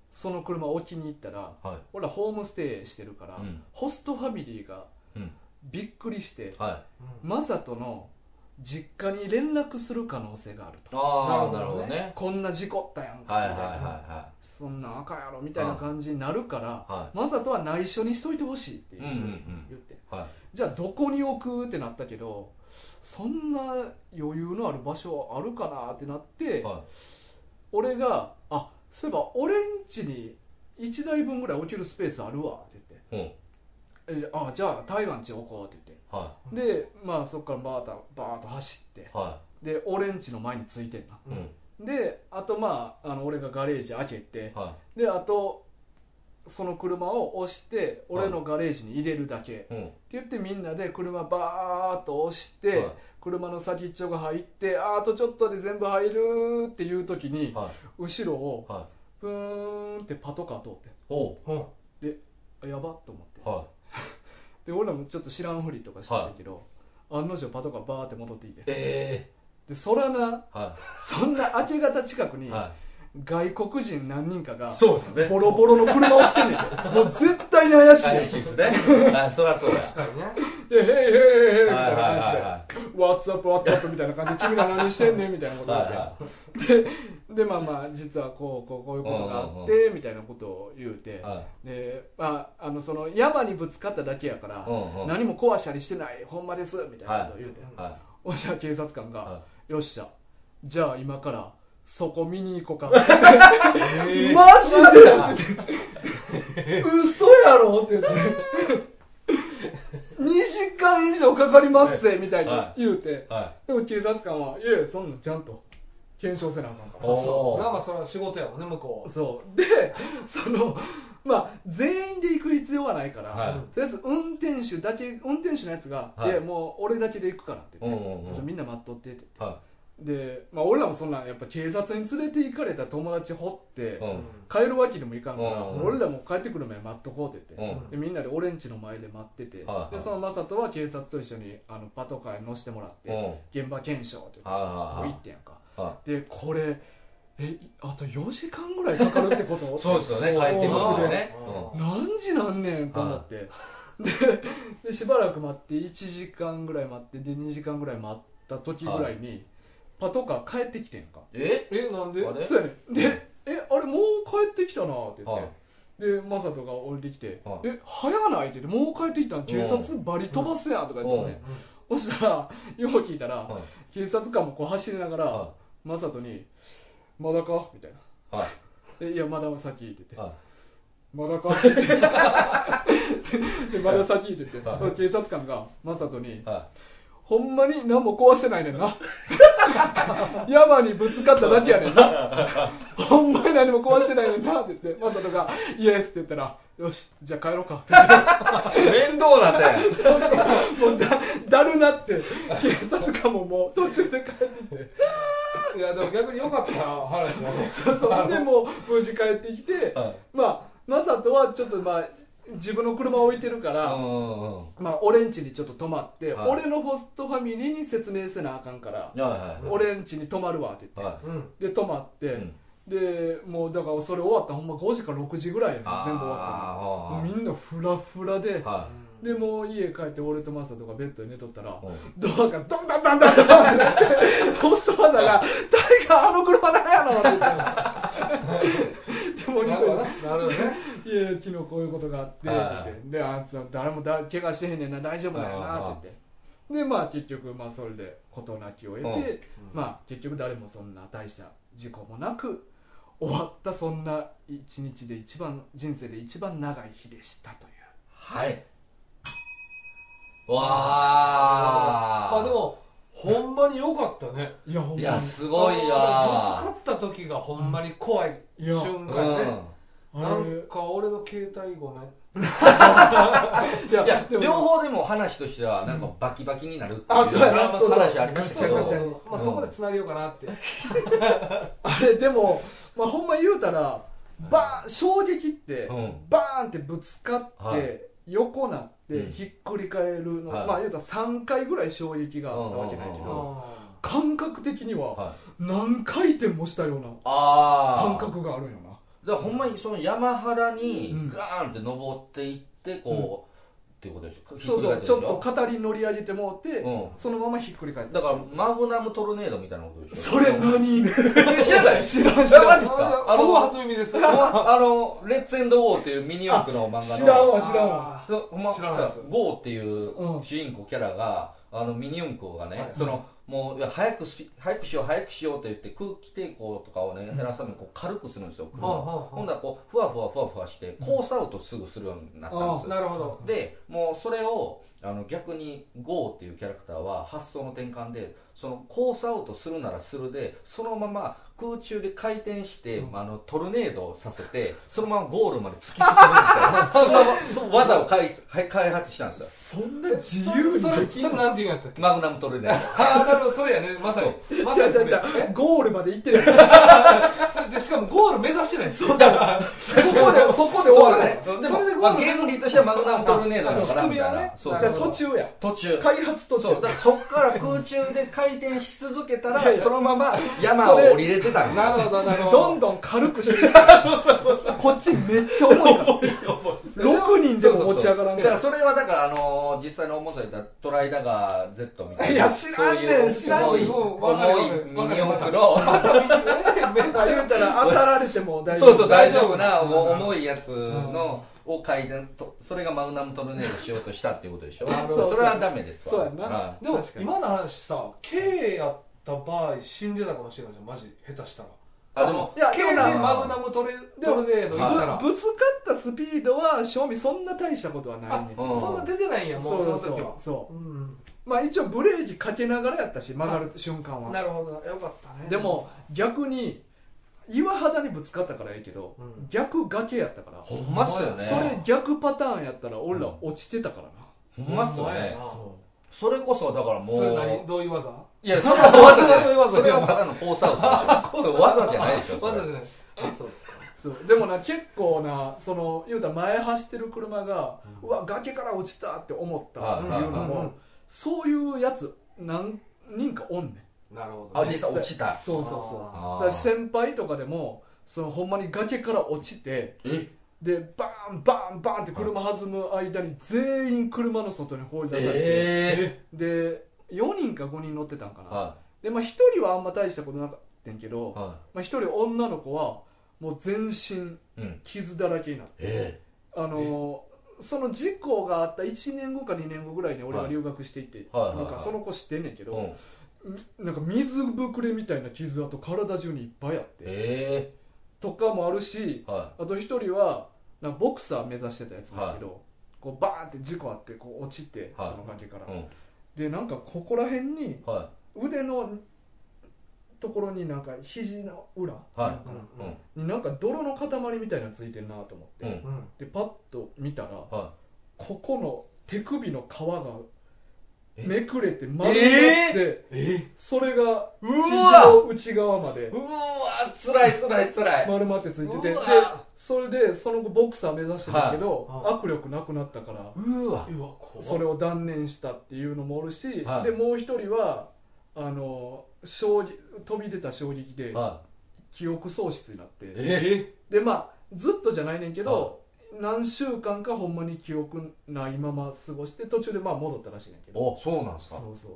Speaker 1: その車置きに行ったら
Speaker 4: はい
Speaker 1: 俺らホームステイしてるから、
Speaker 4: うん
Speaker 1: ホストファミリーが
Speaker 4: うん
Speaker 1: びっくりして、
Speaker 4: はい
Speaker 2: うん
Speaker 1: マサトの実家に連絡する可能性があると
Speaker 4: ああ
Speaker 2: な
Speaker 4: な
Speaker 2: る
Speaker 4: る
Speaker 2: ほ
Speaker 4: ほ
Speaker 2: ど
Speaker 4: どね
Speaker 1: こんな事故ったやんか
Speaker 4: はいはい
Speaker 1: み
Speaker 4: はい
Speaker 1: たいな、
Speaker 4: は
Speaker 1: そんなんあかんやろみたいな感じになるから、
Speaker 4: いは
Speaker 1: マサトは内緒にしといてほしいって
Speaker 4: い
Speaker 1: いうう、
Speaker 4: んうんうん
Speaker 1: 言って
Speaker 4: は
Speaker 1: じゃあどこに置くってなったけどそんな余裕のある場所あるかなってなって、
Speaker 4: いは
Speaker 1: 俺が「あそういえば俺ん家に1台分ぐらい置けるスペースあるわ」って
Speaker 4: いうん
Speaker 1: 言って「えあじゃあ台湾家置こう」って言って
Speaker 4: は
Speaker 1: でまあそっからバータバーッと走って
Speaker 4: いは
Speaker 1: で俺ん家の前についてんな
Speaker 4: いう
Speaker 2: うん
Speaker 4: ん
Speaker 1: であとまああの俺がガレージ開けて
Speaker 4: は
Speaker 1: であとその車を押して俺のガレージに入れるだけ、
Speaker 4: いうん
Speaker 1: って言ってみんなで車バーッと押して、
Speaker 4: はい
Speaker 1: 車の先っちょが入ってあーあとちょっとで全部入るっていう時に、
Speaker 4: は
Speaker 1: 後ろ
Speaker 4: い
Speaker 1: を
Speaker 4: はい
Speaker 1: プーンってパトカー通って
Speaker 4: おう
Speaker 2: うん
Speaker 1: あやばっと思って
Speaker 4: は
Speaker 1: で俺らもちょっと知らんふりとかしてたけど、案の定パトカーバーって戻ってきて
Speaker 4: いえ
Speaker 1: でそらな
Speaker 4: えは
Speaker 1: そんな明け方近く
Speaker 4: い
Speaker 1: に
Speaker 4: は
Speaker 1: 外国人何人かが
Speaker 4: そうですね
Speaker 1: ボロボロの車をしてんねんてもう絶対に怪しいやん
Speaker 4: 怪しいですね あそりゃそうだ
Speaker 2: 確かにね
Speaker 1: で「ヘイヘイヘイヘイ」み
Speaker 4: は
Speaker 1: た
Speaker 4: い
Speaker 1: いな
Speaker 4: はい
Speaker 1: 感じで
Speaker 4: は
Speaker 1: 「What's up What's up」みたいな感じで「君ら何してんねん」みたいなこ
Speaker 4: い
Speaker 1: と言っ
Speaker 4: は
Speaker 1: てでまあまあ実はこうこうこういうことがあってみたいなことを言う
Speaker 4: い
Speaker 1: て
Speaker 4: はい
Speaker 1: でまああのその山にぶつかっただけやから
Speaker 4: うんうん
Speaker 1: 何も壊したりしてないほんまですみたいなことを言うて
Speaker 2: はい
Speaker 4: は
Speaker 1: おっしゃ警察官が
Speaker 4: は
Speaker 1: 「よっしゃじゃあ今からそこ見に行こうか」
Speaker 4: い
Speaker 1: マジ
Speaker 4: え
Speaker 1: で!」
Speaker 4: え
Speaker 1: って言って「嘘やろ!」って言って「2時間以上かかりますぜ」みたいな言うて
Speaker 4: は
Speaker 1: でも警察官は「いえそんなんちゃんと検証せなあかんから」
Speaker 4: おお
Speaker 2: まあまあそれは仕事やもんね向こうは
Speaker 1: そうでそのまあ全員で行く必要はないから、
Speaker 4: はい
Speaker 1: とりあえず運転手だけ運転手のやつが「
Speaker 4: はい
Speaker 1: い、やもう俺だけで行くから」って
Speaker 4: うん
Speaker 1: 言
Speaker 4: う
Speaker 1: って、
Speaker 4: んう
Speaker 1: ちょっと
Speaker 4: ん
Speaker 1: みんな待っとってって
Speaker 4: は
Speaker 1: で、まあ、俺らもそんなんやっぱ警察に連れて行かれた友達掘って、
Speaker 4: いうん
Speaker 1: 帰るわけにもいかんから、
Speaker 4: うん
Speaker 1: 俺らも帰ってくるまで待っとこうって言って、
Speaker 4: うん
Speaker 1: でみんなで俺ん家の前で待ってて、
Speaker 4: はいはい
Speaker 1: でそのマサトは警察と一緒にあのパトカーに乗せてもらっ
Speaker 4: うん
Speaker 1: て、現場検証って言って
Speaker 4: はいはいは
Speaker 1: 行ってんやんか
Speaker 4: いは
Speaker 1: でこれえいあと4時間ぐらいかかるってこと
Speaker 4: い そうですよね帰ってくるのでね
Speaker 2: そうう
Speaker 1: 何時なんねんと思って、ででしばらく待って1時間ぐらい待ってで2時間ぐらい待った時ぐらいに、パトカー帰ってきてんか
Speaker 4: んえ
Speaker 2: えなんで
Speaker 4: あれ
Speaker 1: そうやねんで「えあれもう帰ってきたな」って言って、
Speaker 4: はい
Speaker 1: でマサトが降りてきて「
Speaker 4: はい
Speaker 1: え早ない?」って言って「もう帰ってきたん警察バリ飛ばすやん」とか言ってね、そしたらよう聞いたら、
Speaker 4: はい
Speaker 1: 警察官もこう走りながら、
Speaker 4: は
Speaker 1: マサトに「まだか?」みたいな
Speaker 4: はいはい
Speaker 1: 「でいやまだ先」って言って
Speaker 4: はい
Speaker 1: 「まだか?」って言ってで「まだ先」って言って、
Speaker 4: は
Speaker 1: 警察官がマサトに
Speaker 4: は
Speaker 1: 「ほんまに何も壊してないねんな」 「山にぶつかっただけやねんな」 「ほんまに何も壊してないねんな」って言ってマサトが「イエス」って言ったら「よしじゃあ帰ろうか」って言って
Speaker 4: い面倒だね
Speaker 1: もうだだるなって警察官ももう途中で帰ってきて。
Speaker 2: いやでも逆に良かった話だね
Speaker 1: そうそうでもう無事帰ってきて、
Speaker 4: は
Speaker 1: まあマサトはちょっとまあ自分の車置いてるか
Speaker 4: い
Speaker 1: ら、
Speaker 4: うんうんうん
Speaker 1: まあ俺ん家にちょっと泊まって、
Speaker 4: はい
Speaker 1: 俺のホストファミリーに説明せなあかんから、
Speaker 4: はいはい
Speaker 1: 俺ん家に泊まるわって言って、
Speaker 4: は
Speaker 2: うん
Speaker 1: で泊まって、
Speaker 4: うん
Speaker 1: でもうだからそれ終わったらほんま5時か6時ぐらいやねん全部終わったの
Speaker 4: あ
Speaker 1: もうみんなフラフラで、
Speaker 4: ーは
Speaker 1: でもう家帰って俺とマサトがベッドで寝とったら、
Speaker 4: いうん
Speaker 1: ドアがドンドンドンドンドンってなってホストマザーが「タイガーあの車なんや ろ!」って言ってで森
Speaker 2: な
Speaker 1: さ
Speaker 2: る
Speaker 1: ん
Speaker 2: ほど
Speaker 1: が
Speaker 2: ねなるほどね
Speaker 1: 「いやいや昨日こういうことがあって」っ
Speaker 4: はい
Speaker 1: て言って「であいつは誰もだ怪我してへんねんな大丈夫なんやな」って言ってでまあ結局まあそれで事なきを得てまあ結局誰もそんな大した事故もなく終わったそんな一日で一番人生で一番長い日でしたという
Speaker 4: はいわー
Speaker 2: あでもほんまに良かったね
Speaker 1: いやほん
Speaker 4: い
Speaker 1: ま
Speaker 4: や
Speaker 1: に
Speaker 4: すごいな
Speaker 2: ぶつかった時がほんまに怖い
Speaker 1: いや
Speaker 2: 瞬
Speaker 4: う
Speaker 2: 間ね
Speaker 4: ん
Speaker 2: な
Speaker 1: あ
Speaker 2: んか俺の携帯ごめん
Speaker 1: れいや
Speaker 4: いや
Speaker 1: でも
Speaker 4: 両方でも話としてはなんかバキバキになるっていう
Speaker 1: あそうやな
Speaker 4: まあ
Speaker 1: そうそう
Speaker 4: 話ありました
Speaker 2: そう
Speaker 4: け
Speaker 2: そ
Speaker 4: ど
Speaker 2: う
Speaker 1: めちゃくちゃ
Speaker 2: そうまあそこでつなげようかなって
Speaker 1: あれでも、まあ、ほんま言うたらバーン衝撃って、
Speaker 4: うん
Speaker 1: バーンってぶつかって、
Speaker 4: はい
Speaker 1: 横なって、
Speaker 4: うん
Speaker 1: ひっくり返るの、
Speaker 4: はい
Speaker 1: まあ言うたら3回ぐらい衝撃があったわけないけど、
Speaker 4: うんうんうん
Speaker 1: 感覚的には
Speaker 4: は
Speaker 1: 何回転もしたような
Speaker 3: あ
Speaker 1: 感覚があるんやな
Speaker 3: だからほんまにその山肌に
Speaker 1: うん
Speaker 3: ガーンって登っていってこう、っていうことでしょ
Speaker 1: そうそうちょっと語り乗り上げてもうて、
Speaker 3: うん
Speaker 1: そのままひっくり返った
Speaker 3: だからマグナムトルネードみたいなことでしょ
Speaker 1: それ何
Speaker 3: 知らない
Speaker 1: 知らん知らん
Speaker 3: マジっすかあの
Speaker 2: 僕は初耳です
Speaker 3: あのレッツエンドゴーっていうミニ四駆の漫画の
Speaker 1: 知らんわ知らんわ
Speaker 2: あ
Speaker 3: ほんま
Speaker 2: 知らないです
Speaker 3: ゴーっていう
Speaker 1: うん
Speaker 3: 主人公キャラが、あのミニ四駆がね、
Speaker 2: はい
Speaker 3: そのもういや早くスピ早くしよう早くしようって言って空気抵抗とかをね減らすためにこう軽くするんですよ、車を
Speaker 2: はあはあはあ
Speaker 3: ほんならこうふわふわふわふわしてコースアウトすぐするようになったんです
Speaker 2: ー
Speaker 3: よ
Speaker 2: なるほど
Speaker 3: でもうそれをあの逆に GO っていうキャラクターは発想の転換でそのコースアウトするならするでそのまま空中で回転して、あのトルネードをさせてそのままゴールまで突き進むみたいなその技を開開開発したんですよ
Speaker 1: そんな自由に
Speaker 2: それ
Speaker 1: でき
Speaker 2: そ
Speaker 1: ん
Speaker 2: れ
Speaker 1: の
Speaker 2: なんていうんやったっけ
Speaker 3: マグナムトルネー
Speaker 2: ああなるほどそれやねま さにま
Speaker 1: じ
Speaker 2: さ
Speaker 1: ゃじ
Speaker 2: にそ
Speaker 1: ゃ
Speaker 2: れ
Speaker 1: じゃゴールまで行ってる
Speaker 2: それでしかもゴール目指してないそう
Speaker 1: そこでそこで終わる
Speaker 3: ドで
Speaker 2: そ
Speaker 3: も
Speaker 2: れで、
Speaker 3: まあ、
Speaker 2: ゴール
Speaker 3: 原理としてはマグナムトルネードだ
Speaker 2: 仕
Speaker 3: から
Speaker 2: 組
Speaker 3: み
Speaker 2: み
Speaker 3: た
Speaker 2: はいね
Speaker 3: なそう
Speaker 2: な
Speaker 3: そ
Speaker 2: る
Speaker 3: う
Speaker 2: ほど
Speaker 1: 途中や
Speaker 3: 途中
Speaker 1: 開発途
Speaker 3: そうだ
Speaker 1: 中
Speaker 3: からそっから空中で回転し続けたら
Speaker 1: いやいや
Speaker 3: そのまま山を降りれてたんで すよ
Speaker 2: なるほどなるほ
Speaker 1: どん
Speaker 2: ど
Speaker 1: どん軽くしていくこっちめっちゃ重い から6人でも持ち上がらんか
Speaker 3: だかららそれはだからあのー実際の重さで言ったらトライダガー Z みたいない
Speaker 1: や知らんねん
Speaker 3: そ
Speaker 2: 知らんねん
Speaker 3: ういう
Speaker 2: もう
Speaker 3: 重
Speaker 2: わかるわか
Speaker 3: い
Speaker 2: る
Speaker 3: 重いミニ四駆の
Speaker 2: めっちゃ
Speaker 1: 言うたら当たられても大丈夫
Speaker 3: そうそう大丈夫な
Speaker 1: うん
Speaker 3: もう重いやつのを回転とそれがマグナムトルネードしようとしたっていうことでしょ
Speaker 1: なるほど
Speaker 3: それはダメですわ
Speaker 1: そうやんな
Speaker 3: は
Speaker 2: でも
Speaker 1: 確かに
Speaker 2: 今の話さ K やった場合死んでたかもしれないじゃんマジ下手したら
Speaker 3: いあでも
Speaker 1: いや
Speaker 2: K
Speaker 1: で
Speaker 2: で
Speaker 1: もな
Speaker 2: マグナムトレトルネードいったら
Speaker 1: ぶつかったスピードは正味そんな大したことはないねん
Speaker 3: あうん
Speaker 2: そんな出てないんやもうその時は
Speaker 1: そう
Speaker 2: うん
Speaker 1: まあ一応ブレーキかけながらやったし曲がる瞬間は
Speaker 2: なるほどよかったね
Speaker 1: でも逆に岩肌にぶつかったからええけど、
Speaker 2: うん
Speaker 1: 逆崖やったから
Speaker 3: ほんまっすよね
Speaker 1: それ逆パターンやったら俺ら落ちてたからな、
Speaker 3: ほんまっすよ
Speaker 2: ほんまや
Speaker 3: ね
Speaker 2: な
Speaker 3: それこそだからも
Speaker 2: それ何
Speaker 3: う
Speaker 2: どういう技
Speaker 3: いやそれは技じゃ
Speaker 2: どういう
Speaker 3: ない
Speaker 2: 技
Speaker 3: それはただのコースアウトでしょそれ技じゃないでしょそれ
Speaker 2: 技じゃない
Speaker 1: あそうっすかそうでもな結構なその言うたら前走ってる車が、うわ崖から落ちたって思ったっていうの
Speaker 3: はい
Speaker 2: はいはい
Speaker 1: もそういうやつ何人かおんねん
Speaker 2: なるほ
Speaker 3: あ
Speaker 2: ど
Speaker 3: 実際落ちた
Speaker 1: そうそうそう
Speaker 2: あ
Speaker 1: だから先輩とかでもそのほんまに崖から落ちて
Speaker 3: え
Speaker 1: でバーンバーンバーンって車弾む間に全員車の外に放り出されて、
Speaker 3: え
Speaker 1: で4人か5人乗ってたんか
Speaker 3: え
Speaker 1: な、
Speaker 3: は
Speaker 1: でまあ1人はあんま大したことなかったんやけど、
Speaker 3: いは
Speaker 1: まあ、1人女の子はもう全身
Speaker 3: いうん
Speaker 1: 傷だらけになって
Speaker 3: え
Speaker 1: あのーその事故があった1年後か2年後ぐらいに俺は留学していって、
Speaker 3: はいはいはい
Speaker 1: なんかその子知ってんねんけ
Speaker 3: え
Speaker 1: ど、んなんか水ぶくれみたいな傷跡体中にいっぱいあって、
Speaker 3: え
Speaker 1: とかもあるし
Speaker 3: えは
Speaker 1: あと1人はなんかボクサー目指してたやつなんだけど、こうバーンって事故あってこう落ちて、
Speaker 3: はい
Speaker 1: その崖から、
Speaker 3: いうん
Speaker 1: でなんかここら辺に
Speaker 3: は
Speaker 1: 腕のところになんか肘の裏
Speaker 3: いは
Speaker 1: か
Speaker 3: いう
Speaker 1: なに
Speaker 3: ん
Speaker 1: なんか泥の塊みたいなのついてんなと思って、
Speaker 3: うん
Speaker 2: うん
Speaker 1: でパッと見たら
Speaker 3: は
Speaker 1: ここの手首の皮が
Speaker 3: え
Speaker 1: めくれて丸になって、
Speaker 2: え
Speaker 1: それが
Speaker 3: う
Speaker 1: 肘の内側まで
Speaker 3: うわつらいつらいつらい
Speaker 1: 丸まってついてて
Speaker 3: う
Speaker 1: で
Speaker 3: わ
Speaker 1: それでその後ボクサー目指してたけど、
Speaker 2: は
Speaker 1: 握力なくなったから
Speaker 3: うわ
Speaker 2: うわ怖っ
Speaker 1: それを断念したっていうのもあるし、
Speaker 3: はい
Speaker 1: でもう一人はあの衝撃飛び出た衝撃で
Speaker 3: は
Speaker 1: 記憶喪失になって
Speaker 2: え
Speaker 1: でまあずっとじゃないねんけど、何週間かほんまに記憶ないまま過ごして途中でまあ戻ったらしいねんけ
Speaker 3: い
Speaker 1: ど
Speaker 3: おそうなんす
Speaker 1: そ
Speaker 3: か
Speaker 1: うそう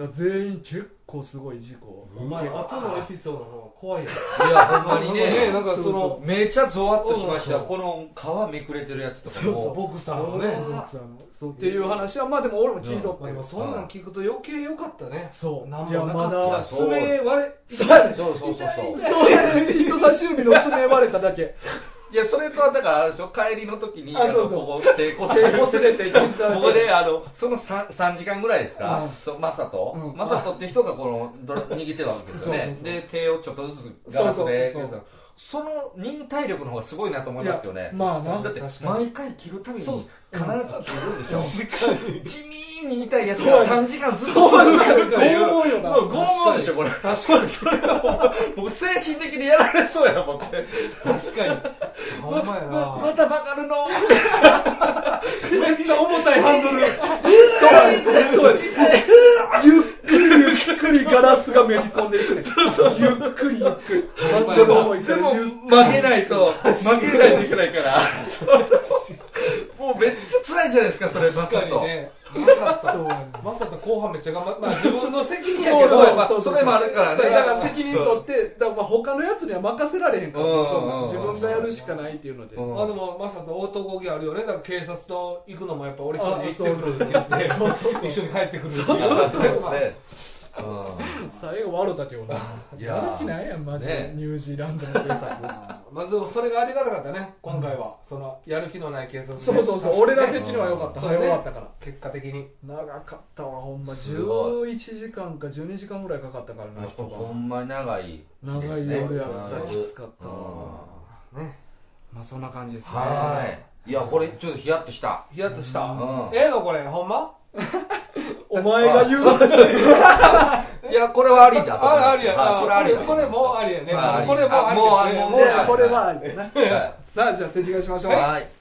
Speaker 1: だから全員結構すごい事故
Speaker 2: お前後のエピソードの方が怖いやん
Speaker 3: いやほんま にね
Speaker 2: なんかその
Speaker 3: めちゃゾワッとしました
Speaker 2: そう
Speaker 3: この皮めくれてるやつとか
Speaker 1: そうそう
Speaker 3: も
Speaker 2: ボクサーの
Speaker 1: ボ
Speaker 2: ね
Speaker 1: クサーのそうっていう話はまあでも俺も聞いとった
Speaker 2: まあで
Speaker 1: よ、
Speaker 2: もそんなん聞くと余計良かったね
Speaker 1: そう
Speaker 2: なん
Speaker 1: いや
Speaker 2: もな
Speaker 1: ま
Speaker 2: かっ
Speaker 1: だ
Speaker 2: た爪割れ
Speaker 3: そうそうそうそう
Speaker 1: そうやね人差し指の爪割れただけ
Speaker 3: いやそれとはだからあれでしょ帰りの時に
Speaker 1: あ
Speaker 3: あの
Speaker 1: そうそう
Speaker 3: ここ手こす
Speaker 1: 手こすれていただけ
Speaker 3: ここであのその 3, 3時間ぐらいですか、
Speaker 1: うん
Speaker 3: そうマサト、
Speaker 1: うん
Speaker 3: マサトって人がこのどれ握ってたわけですよね
Speaker 1: そうそうそう
Speaker 3: で手をちょっとずつガラスで
Speaker 1: そうそうそう
Speaker 3: その忍耐力の方がすごいなと思いますけどね
Speaker 1: いやまあな
Speaker 3: だって
Speaker 2: 確かに
Speaker 3: 毎回切るたびに
Speaker 2: そ
Speaker 3: 必
Speaker 2: う
Speaker 3: ず切るんでしょ、
Speaker 2: 確かに
Speaker 3: 地味に痛いやつが3時間ずっと
Speaker 1: そう
Speaker 3: 続く
Speaker 1: 拷問よな
Speaker 3: 拷問でしょこれ
Speaker 2: 確かに
Speaker 3: 僕精神的にやられそうやもんって
Speaker 2: 確かにほんまや
Speaker 3: まま
Speaker 2: な
Speaker 3: たバカるの
Speaker 2: めっちゃ重たいハンドル
Speaker 1: そうそうゆっくりゆっくりガラスががめり込んでいくねゆっくりゆっくりハンドルを置いて
Speaker 3: でも
Speaker 1: ゆっ
Speaker 3: 負けないと負けないといけないから
Speaker 2: もうめっちゃ辛いじゃないですか、それ、まさ
Speaker 3: 確かに
Speaker 2: と。
Speaker 3: ね
Speaker 1: そうなんだ
Speaker 2: まさと後半めっちゃ頑張って、まあ 自分の責任や
Speaker 1: そう
Speaker 2: け
Speaker 1: そう
Speaker 2: ど、まあ
Speaker 1: そうそう
Speaker 2: それもあるから
Speaker 1: そ
Speaker 2: ね。
Speaker 1: うだから責任取ってだからまあ他のやつには任せられへんから
Speaker 3: うん
Speaker 1: そうなんだ自
Speaker 3: うん
Speaker 1: 分がやるしかないっていうので
Speaker 3: うん
Speaker 2: まあでも、まさと男気あるよね。だから警察と行くのもやっぱ俺一人で行ってくるって
Speaker 1: あそう
Speaker 2: 言
Speaker 1: そうそうそうそう
Speaker 2: って、 一緒に帰ってくるっていう
Speaker 1: そうそうそう
Speaker 2: まあ
Speaker 1: 最後笑うたけどない
Speaker 3: や
Speaker 1: や
Speaker 3: ー
Speaker 1: る気ないやんマジで
Speaker 3: ね
Speaker 1: ニュージーランドの警察
Speaker 2: まずでもそれがありがたかったね、今回は。その、やる気のない警察 で
Speaker 1: そうそうそう俺ら的には良かった
Speaker 2: そう
Speaker 1: 早
Speaker 2: ね
Speaker 1: かったから
Speaker 2: 結果的に。
Speaker 1: 長かったわほんます
Speaker 3: ご
Speaker 1: 11時間か12時間ぐらいかかったからな人
Speaker 3: ほ
Speaker 1: が
Speaker 3: んまに長い
Speaker 1: 長い夜やったきつかったわ
Speaker 2: ね。
Speaker 1: まあそんな感じですね
Speaker 3: はいいやこれちょっとヒヤッとした
Speaker 2: ヒヤッとした。
Speaker 3: うん
Speaker 2: ええのこれ、ほんま
Speaker 1: お前が言うことで
Speaker 3: いやこれはありだと思います
Speaker 2: あありや
Speaker 3: はい
Speaker 2: あ
Speaker 3: これありだと
Speaker 2: これ
Speaker 3: 思います
Speaker 2: もうありやね
Speaker 3: はい
Speaker 2: これもうありですね
Speaker 3: あもう
Speaker 1: もうこれはあ
Speaker 3: あり
Speaker 1: る
Speaker 3: はい
Speaker 1: さあじゃあ席替えしましょう
Speaker 3: はい